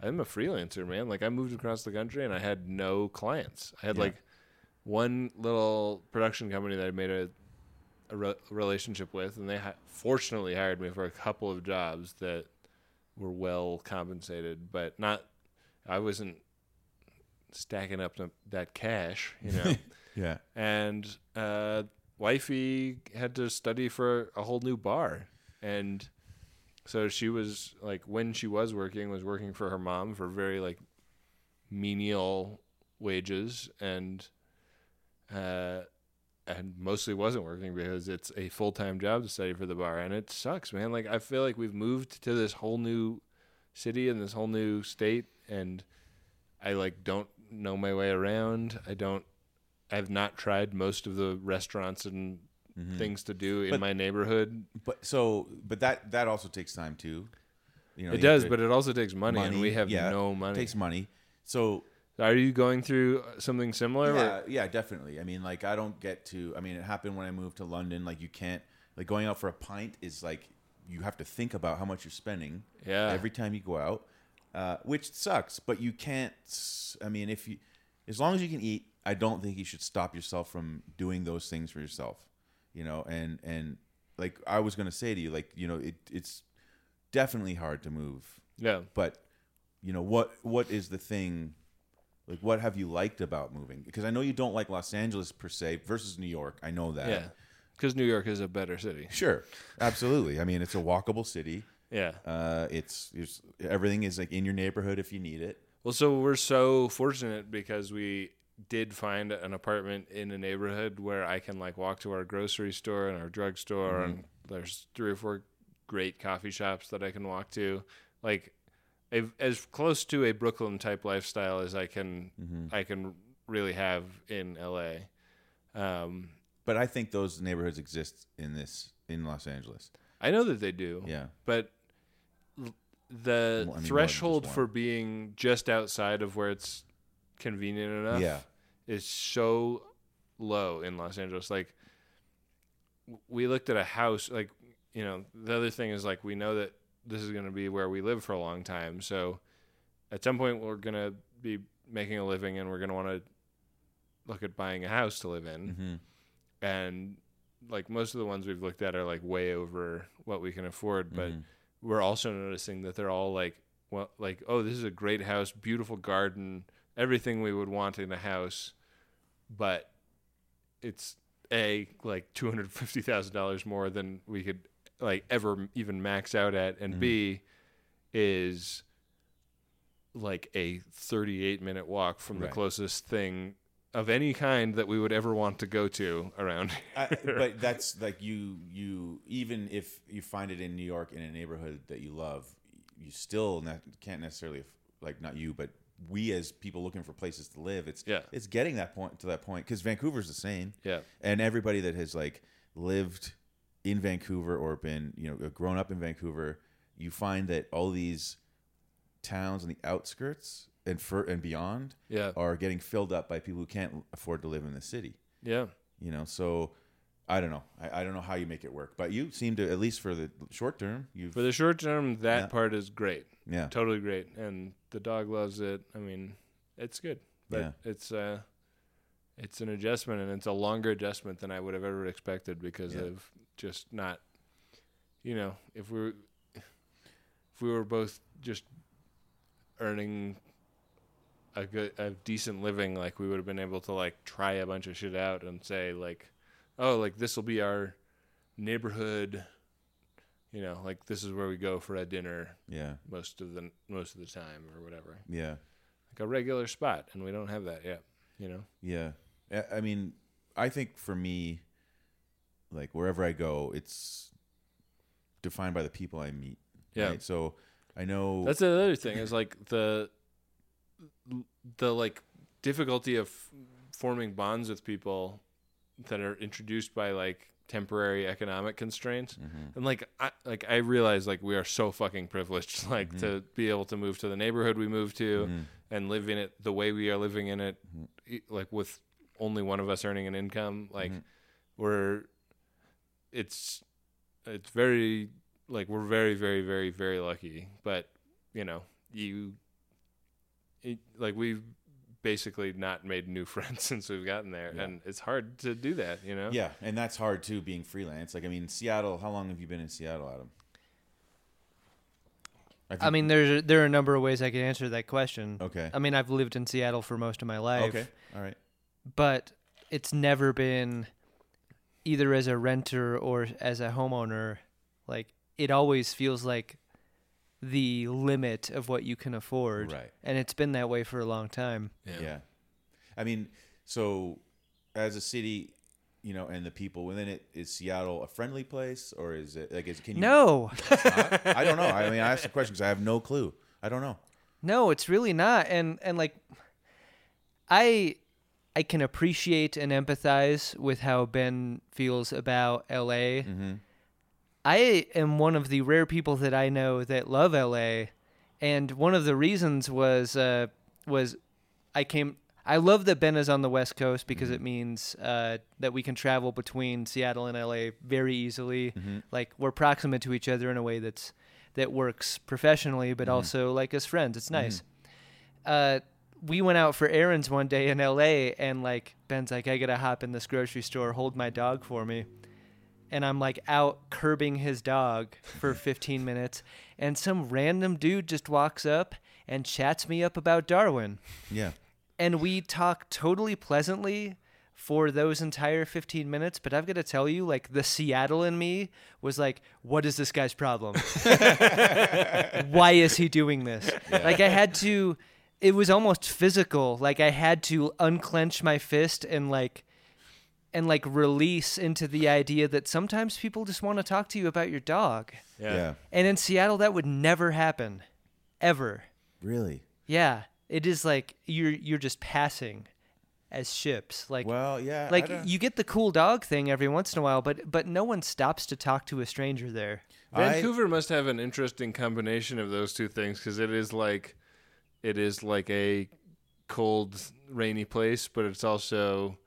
S3: I'm a freelancer, man. Like I moved across the country and I had no clients. I had
S2: Yeah.
S3: like one little production company that I made a, a re- relationship with, and they hi- fortunately hired me for a couple of jobs that were well compensated, but not. I wasn't stacking up the, that cash, you know
S2: Yeah.
S3: and uh, wifey had to study for a whole new bar and so she was like when she was working was working for her mom for very like menial wages and uh and mostly wasn't working because it's a full-time job to study for the bar and it sucks man like i feel like we've moved to this whole new city and this whole new state and i like don't know my way around i don't i've not tried most of the restaurants and things to do in
S2: Mm-hmm. But-
S3: my neighborhood
S2: But so, but that that also takes time too. You know,
S3: It
S2: you have
S3: does,
S2: to-
S3: but it also takes money, and we have
S2: yeah,
S3: no money.
S2: Takes money. So
S3: Are you going through something similar? or-
S2: Yeah, yeah, definitely. I mean, like I don't get to. I mean, it happened when I moved to London. Like you can't like going out for a pint is like you have to think about how much you're spending.
S3: Yeah.
S2: Every time you go out, uh, which sucks. But you can't. s- I mean, if you as long as you can eat, I don't think you should stop yourself from doing those things for yourself. You know, and and like I was gonna say to you, like you know, it it's definitely hard to move
S3: yeah.
S2: but you know what what is the thing like what have you liked about moving because i know you don't like los angeles per se versus new york i know that
S3: Yeah. Because New York is a better city.
S2: sure absolutely i mean it's a walkable city
S3: Yeah.
S2: uh, it's, it's everything is like in your neighborhood if you need it
S3: Well, so we're so fortunate because we did find an apartment in a neighborhood where I can like walk to our grocery store and our drugstore, and there's three or four great coffee shops that I can walk to. Like, a, as close to a Brooklyn type lifestyle as I can, I can really have in LA. Um,
S2: But I think those neighborhoods exist in this in Los Angeles.
S3: I know that they do.
S2: Yeah.
S3: But l- the
S2: Well, I mean, more than just
S3: threshold
S2: one.
S3: for being just outside of where it's convenient enough
S2: Yeah.
S3: is so low in Los Angeles. Like w- we looked at a house like you know, the other thing is like we know that this is going to be where we live for a long time. So at some point we're going to be making a living and we're going to want to look at buying a house to live in
S2: Mm-hmm.
S3: and like most of the ones we've looked at are like way over what we can afford but we're also noticing that they're all like well like oh this is a great house beautiful garden everything we would want in a house but it's a like $250,000 more than we could like ever m- even max out at and b is like a 38 minute walk from the
S2: Right.
S3: closest thing of any kind that we would ever want to go to around
S2: I, but that's like you you even if you find it in New York in a neighborhood that you love, you still ne- can't necessarily like not you, but we as people looking for places to live, it's
S3: Yeah.
S2: it's getting that point to that point because Vancouver's the same.
S3: Yeah.
S2: and everybody that has like lived in Vancouver or been you know grown up in Vancouver, you find that all these towns on the outskirts and for and beyond
S3: Yeah.
S2: are getting filled up by people who can't afford to live in the city
S3: yeah
S2: you know so i don't know i, I don't know how you make it work but you seem to at least for the short term you've
S3: for the short term that
S2: Yeah.
S3: part is great
S2: yeah
S3: totally great and the dog loves it i mean it's good but
S2: Yeah.
S3: it's uh it's an adjustment and it's a longer adjustment than i would have ever expected because
S2: Yeah.
S3: of just not you know if we were if we were both just earning a good a decent living like we would have been able to like try a bunch of shit out and say like oh like this will be our neighborhood you know like this is where we go for a dinner
S2: yeah
S3: most of the most of the time or whatever
S2: yeah
S3: like a regular spot and we don't have that yet you know
S2: yeah I- i mean i think for me like wherever i go it's defined by the people i meet
S3: Yeah.
S2: right? so i know
S3: that's the other thing is like the the like difficulty of forming bonds with people that are introduced by like temporary economic constraints and like i like i realize like we are so fucking privileged like to be able to move to the neighborhood we moved to
S2: Mm-hmm. Mm.
S3: and live in it the way we are living in it e- like with only one of us earning an income like we're it's it's very like we're very very very very lucky but you know you it, like we've basically not made new friends since we've gotten there and it's hard to do that you know
S2: yeah and that's hard too being freelance like i mean seattle how long have you been in seattle adam
S4: I mean, there's there are a number of ways I could answer that question.
S2: Okay.
S4: I mean, I've lived in Seattle for most of my life.
S2: okay all right
S4: But it's never been either as a renter or as a homeowner. Like it always feels like the limit of what you can afford.
S2: Right.
S4: And it's been that way for a long time.
S2: Yeah. I mean, so as a city, you know, and the people within it, is Seattle a friendly place or is it like is can you
S4: No.
S2: I don't know. I mean, I asked the question because I have no clue. I don't know.
S4: No, it's really not. And and like I I can appreciate and empathize with how Ben feels about LA. I am one of the rare people that I know that love LA, and one of the reasons was uh, was I came. I love that Ben is on the West Coast because it means uh, that we can travel between Seattle and LA very easily. Like we're proximate to each other in a way that's that works professionally, but also like as friends. It's nice. Uh, we went out for errands one day in LA, and like Ben's like, I gotta hop in this grocery store, hold my dog for me and I'm like out curbing his dog for 15 minutes, and some random dude just walks up and chats me up about Darwin.
S2: Yeah.
S4: And we talk totally pleasantly for those entire 15 minutes, but I've got to tell you, like, the Seattle in me was like, what is this guy's problem? Why is he doing this? Like, I had to. it was almost physical. Like I had to unclench my fist and like and like release into the idea that sometimes people just want to talk to you about your dog.
S2: Yeah.
S4: And in Seattle that would never happen. Ever.
S2: Really?
S4: Yeah. It is like you're you're just passing as ships. Like
S2: Well, yeah. I
S4: like
S2: don't-
S4: you get the cool dog thing every once in a while, but but no one stops to talk to a stranger there.
S2: I-
S3: Vancouver must have an interesting combination of those two things because it is like, it is like a cold, rainy place, but it's also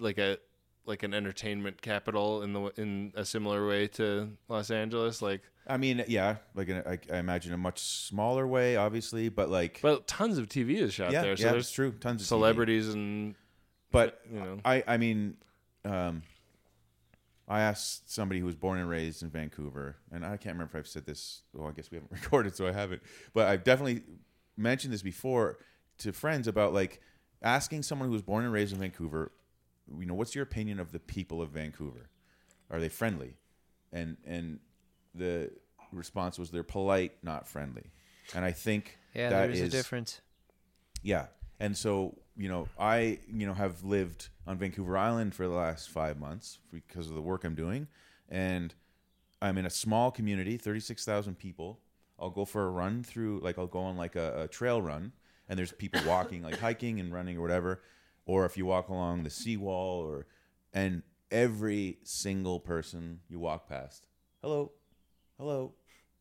S3: like a like an entertainment capital in the w- in a similar way to Los Angeles. Like,
S2: I mean, yeah, like in a- I I imagine a much smaller way, obviously, but like,
S3: but tons of TV is shot
S2: yeah,
S3: there, so
S2: yeah,
S3: there's
S2: it's true. Tons of TV.
S3: celebrities and
S2: but
S3: you know.
S2: I I mean, um, I asked somebody who was born and raised in Vancouver, and I can't remember if I've said this. Well, I guess we haven't recorded, so I haven't. But I've definitely mentioned this before to friends about like asking someone who was born and raised in Vancouver, you know, what's your opinion of the people of Vancouver? Are they friendly? And and the response was they're polite, not friendly. And I think
S4: Yeah,
S2: that
S4: there is, a
S2: is-
S4: difference.
S2: yeah. And so, you know, I, you know, have lived on Vancouver Island for the last five months because of the work I'm doing. And I'm in a small community, 36,000 people. I'll go for a run through, like, I'll go on like a, a trail run, and there's people walking, like hiking and running or whatever. Or if you walk along the seawall, or, and every single person you walk past, hello, hello,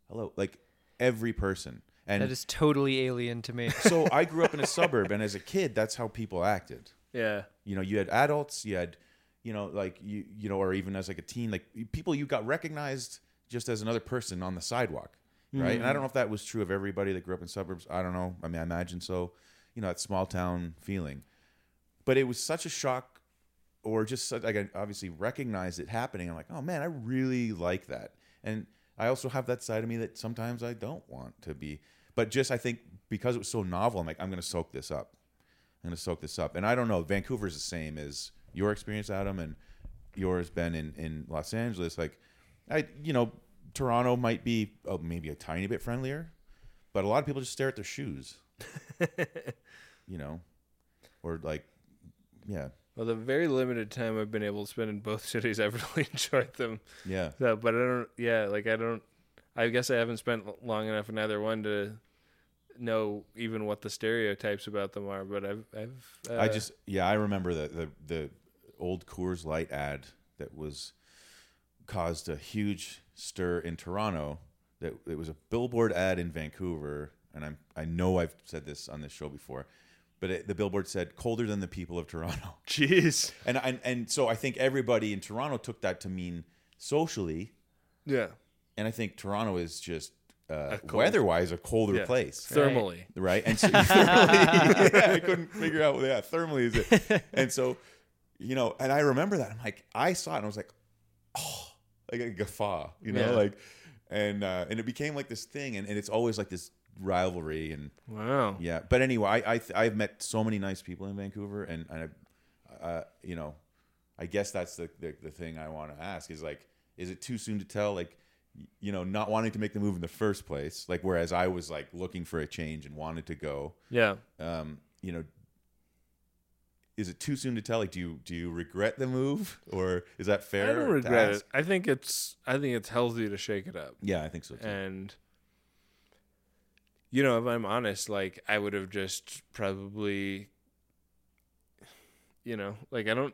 S2: hello, like every person. And
S4: That is totally alien to me.
S2: so I grew up in a suburb, and as a kid, that's how people acted.
S3: yeah,
S2: You know, you had adults, you had, you know, like you, you know, or even as like a teen, like people you got recognized just as another person on the sidewalk, right? And I don't know if that was true of everybody that grew up in suburbs. I don't know. I mean, I imagine so. You know, that small town feeling, but it was such a shock, or just such, like I obviously recognized it happening. I'm like, oh man, I really like that, and I also have that side of me that sometimes I don't want to be, but just I think because it was so novel, I'm like, I'm gonna soak this up. I'm gonna soak this up. And I don't know, Vancouver's the same as your experience, Adam, and yours, Ben, in, in Los Angeles. Like, I you know, Toronto might be oh, maybe a tiny bit friendlier, but a lot of people just stare at their shoes. you know, or like, yeah,
S3: Well, the very limited time I've been able to spend in both cities, I've really enjoyed them.
S2: yeah,
S3: So, but I don't. Yeah, like I don't. I guess I haven't spent l- long enough in either one to know even what the stereotypes about them are. But I've, I've. Uh,
S2: I just yeah, I remember the the the old Coors Light ad that was caused a huge stir in Toronto. That it was a billboard ad in Vancouver, and I'm I know I've said this on this show before, but it, the billboard said "colder than the people of Toronto,"
S3: Jeez.
S2: and and and so I think everybody in Toronto took that to mean socially,
S3: Yeah.
S2: and I think Toronto is just uh,
S3: cold-
S2: weather-wise a colder
S3: yeah.
S2: place
S3: Thermally.
S2: right? And so thermally, yeah, I couldn't figure out. Yeah, thermally is it. And so, you know, and I remember that. I'm like, I saw it, and I was like, oh, like a guffaw, you know,
S3: Yeah.
S2: like, and uh, and it became like this thing, and, and it's always like this rivalry, and
S3: Wow.
S2: yeah. But anyway, I, I I've met so many nice people in Vancouver, and and I, uh, you know, I guess that's the the, the thing I want to ask is like, is it too soon to tell? Like, y- you know, not wanting to make the move in the first place, like whereas I was like looking for a change and wanted to go.
S3: Yeah.
S2: Um, you know, is it too soon to tell? Like, do you do you regret the move, or is that fair?
S3: I don't
S2: to
S3: regret it.
S2: ask?
S3: I think it's. I think it's healthy to shake it up.
S2: Yeah, I think so too.
S3: and you know if i'm honest like i would have just probably you know like i don't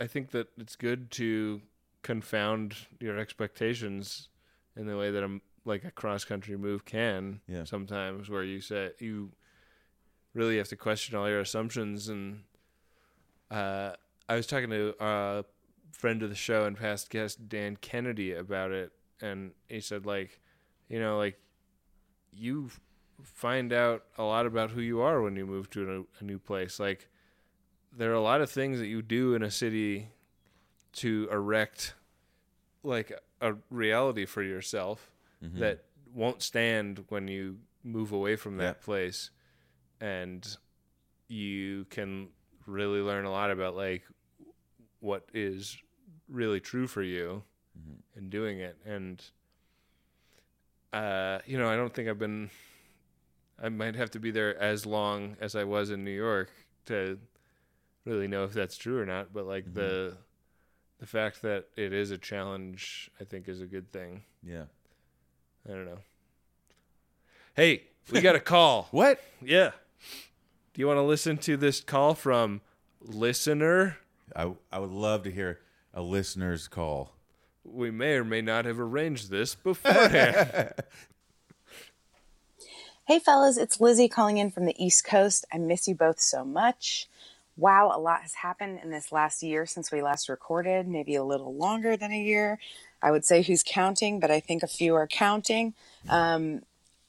S3: i think that it's good to confound your expectations in the way that i'm like a cross country move can
S2: Yeah.
S3: sometimes where you say you really have to question all your assumptions and uh i was talking to uh, a friend of the show and past guest dan kennedy about it and he said like you know like you f- find out a lot about who you are when you move to a new, a new place like there are a lot of things that you do in a city to erect like a reality for yourself that won't stand when you move away from that
S2: Yeah.
S3: place and you can really learn a lot about like what is really true for you and doing it and uh you know i don't think i've been I might have to be there as long as I was in New York to really know if that's true or not. But like the the fact that it is a challenge, I think, is a good thing.
S2: Yeah.
S3: I don't know. Hey, we got a call.
S2: What?
S3: Yeah. Do you want to listen to this call from listener?
S2: I I would love to hear a listener's call.
S3: We may or may not have arranged this beforehand.
S5: Hey, fellas, it's Lizzie calling in from the East Coast. I miss you both so much. Wow, a lot has happened in this last year since we last recorded, maybe a little longer than a year. I would say who's counting, but I think a few are counting. Um,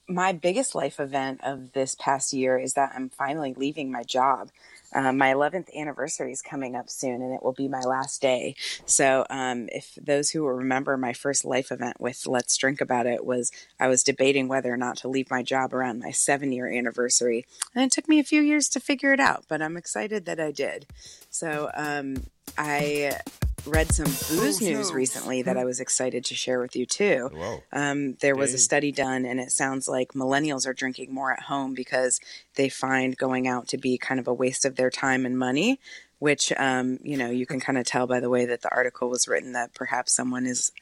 S5: my biggest life event of this past year is that I'm finally leaving my job. Um, my 11th anniversary is coming up soon, and it will be my last day. So, um, if those who will remember my first life event with Let's Drink About It was I was debating whether or not to leave my job around my seven year anniversary. And it took me a few years to figure it out, but I'm excited that I did. So, um, I read some booze news recently that I was excited to share with you, too.
S2: Whoa.
S5: Um, there was a study done, and it sounds like millennials are drinking more at home because they find going out to be kind of a waste of their time and money. Which, um, you know, you can kind of tell by the way that the article was written that perhaps someone is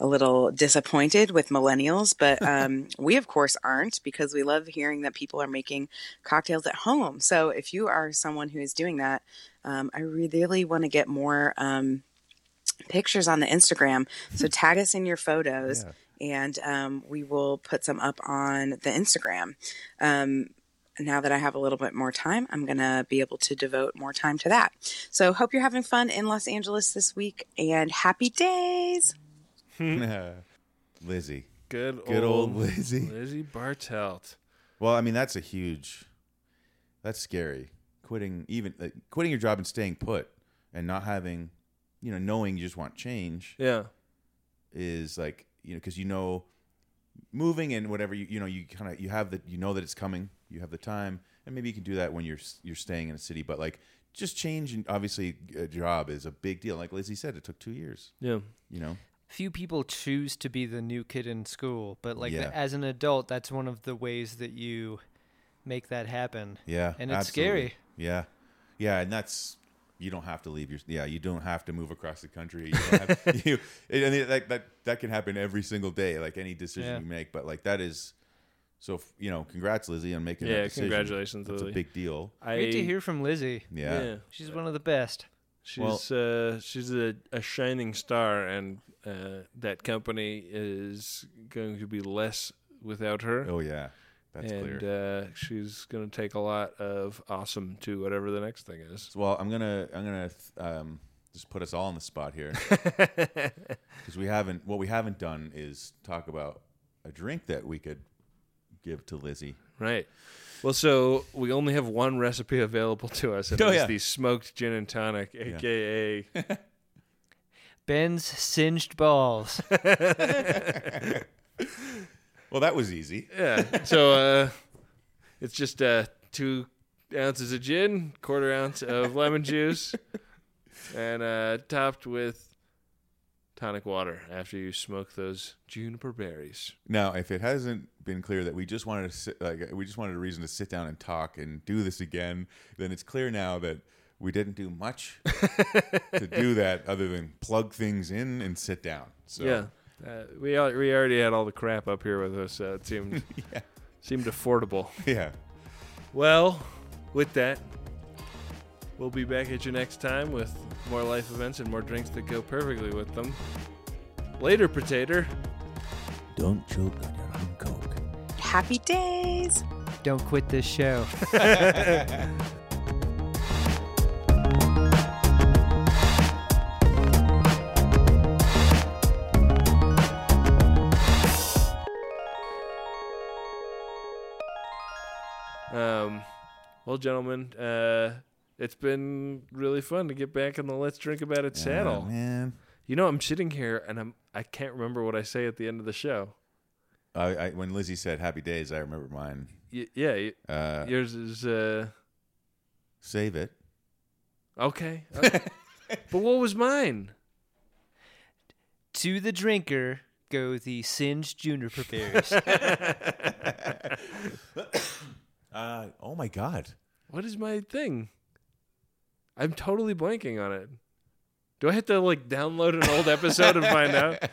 S5: a little disappointed with millennials, but um, we, of course, aren't because we love hearing that people are making cocktails at home. So if you are someone who is doing that, um, I really want to get more. Um, pictures on the Instagram. So tag us in your photos and um, we will put some up on the Instagram. Um, now that I have a little bit more time, I'm going to be able to devote more time to that. So hope you're having fun in Los Angeles this week and happy days.
S2: Lizzie.
S3: Good,
S2: Good old Lizzie.
S3: Lizzie Bartelt.
S2: Well, I mean that's a huge that's scary. Quitting even like, quitting your job and staying put and not having you know knowing you just want change
S3: Yeah.
S2: is like you know because you know moving and whatever you you know you kind of you have the you know that it's coming you have the time and maybe you can do that when you're s- you're staying in a city but like just change and obviously a job is a big deal like lizzie said it took two years
S3: Yeah.
S2: you know
S4: Few people choose to be the new kid in school, but like
S2: Yeah.
S4: as an adult, that's one of the ways that you make that happen.
S2: yeah
S4: and it's
S2: absolutely.
S4: scary.
S2: yeah yeah and that's you don't have to leave your yeah you don't have to move across the country you don't have, you and it, like that that can happen every single day like any decision
S4: Yeah.
S2: you make but like that is so f- you know congrats lizzie on making that
S3: Yeah,
S2: decision.
S3: congratulations,
S2: that's
S3: Lizzie.
S2: a big deal
S3: I,
S4: Great to hear from Lizzie.
S2: yeah.
S4: She's one of the best.
S2: Well-
S3: She's uh, she's a, a shining star, and uh, that company is going to be less without her.
S2: Oh yeah, that's
S3: and
S2: clear.
S3: Uh, she's going to take a lot of awesome to whatever the next thing is.
S2: well, I'm gonna I'm gonna th- um, just put us all on the spot here because we haven't what we haven't done is talk about a drink that we could give to Lizzie.
S3: Right. Well, so we only have one recipe available to us, and
S2: Oh,
S3: it's
S2: yeah.
S3: the smoked gin and tonic, aka
S4: Ben's singed balls.
S2: Well, that was easy.
S3: yeah. So uh, it's just uh, two ounces of gin, quarter ounce of lemon juice, and uh, topped with tonic water after you smoke those juniper berries.
S2: Now, if it hasn't been clear that we just wanted to sit, like we just wanted a reason to sit down and talk and do this again, then it's clear now that we didn't do much to do that other than plug things in and sit down. So
S3: Yeah. Uh, we al- we already had all the crap up here with us. Uh, it seemed seemed affordable.
S2: yeah.
S3: Well, with that, we'll be back at you next time with more life events and more drinks that go perfectly with them. Later, potato.
S2: Don't choke on your own coke.
S5: Happy days.
S4: Don't quit this show.
S3: Um, well, gentlemen, uh, it's been really fun to get back in the let's drink about it
S2: Oh,
S3: saddle.
S2: man.
S3: you know, I'm sitting here and I'm I can't remember what I say at the end of the show.
S2: I, I when Lizzie said "Happy Days," I remember mine.
S3: Y- yeah, y-
S2: Uh,
S3: yours is uh,
S2: save it.
S3: okay. okay. but what was mine?
S4: to the drinker go the singed juniper berries.
S2: Uh, oh my god.
S3: What is my thing? I'm totally blanking on it. Do I have to like download an old episode and find out?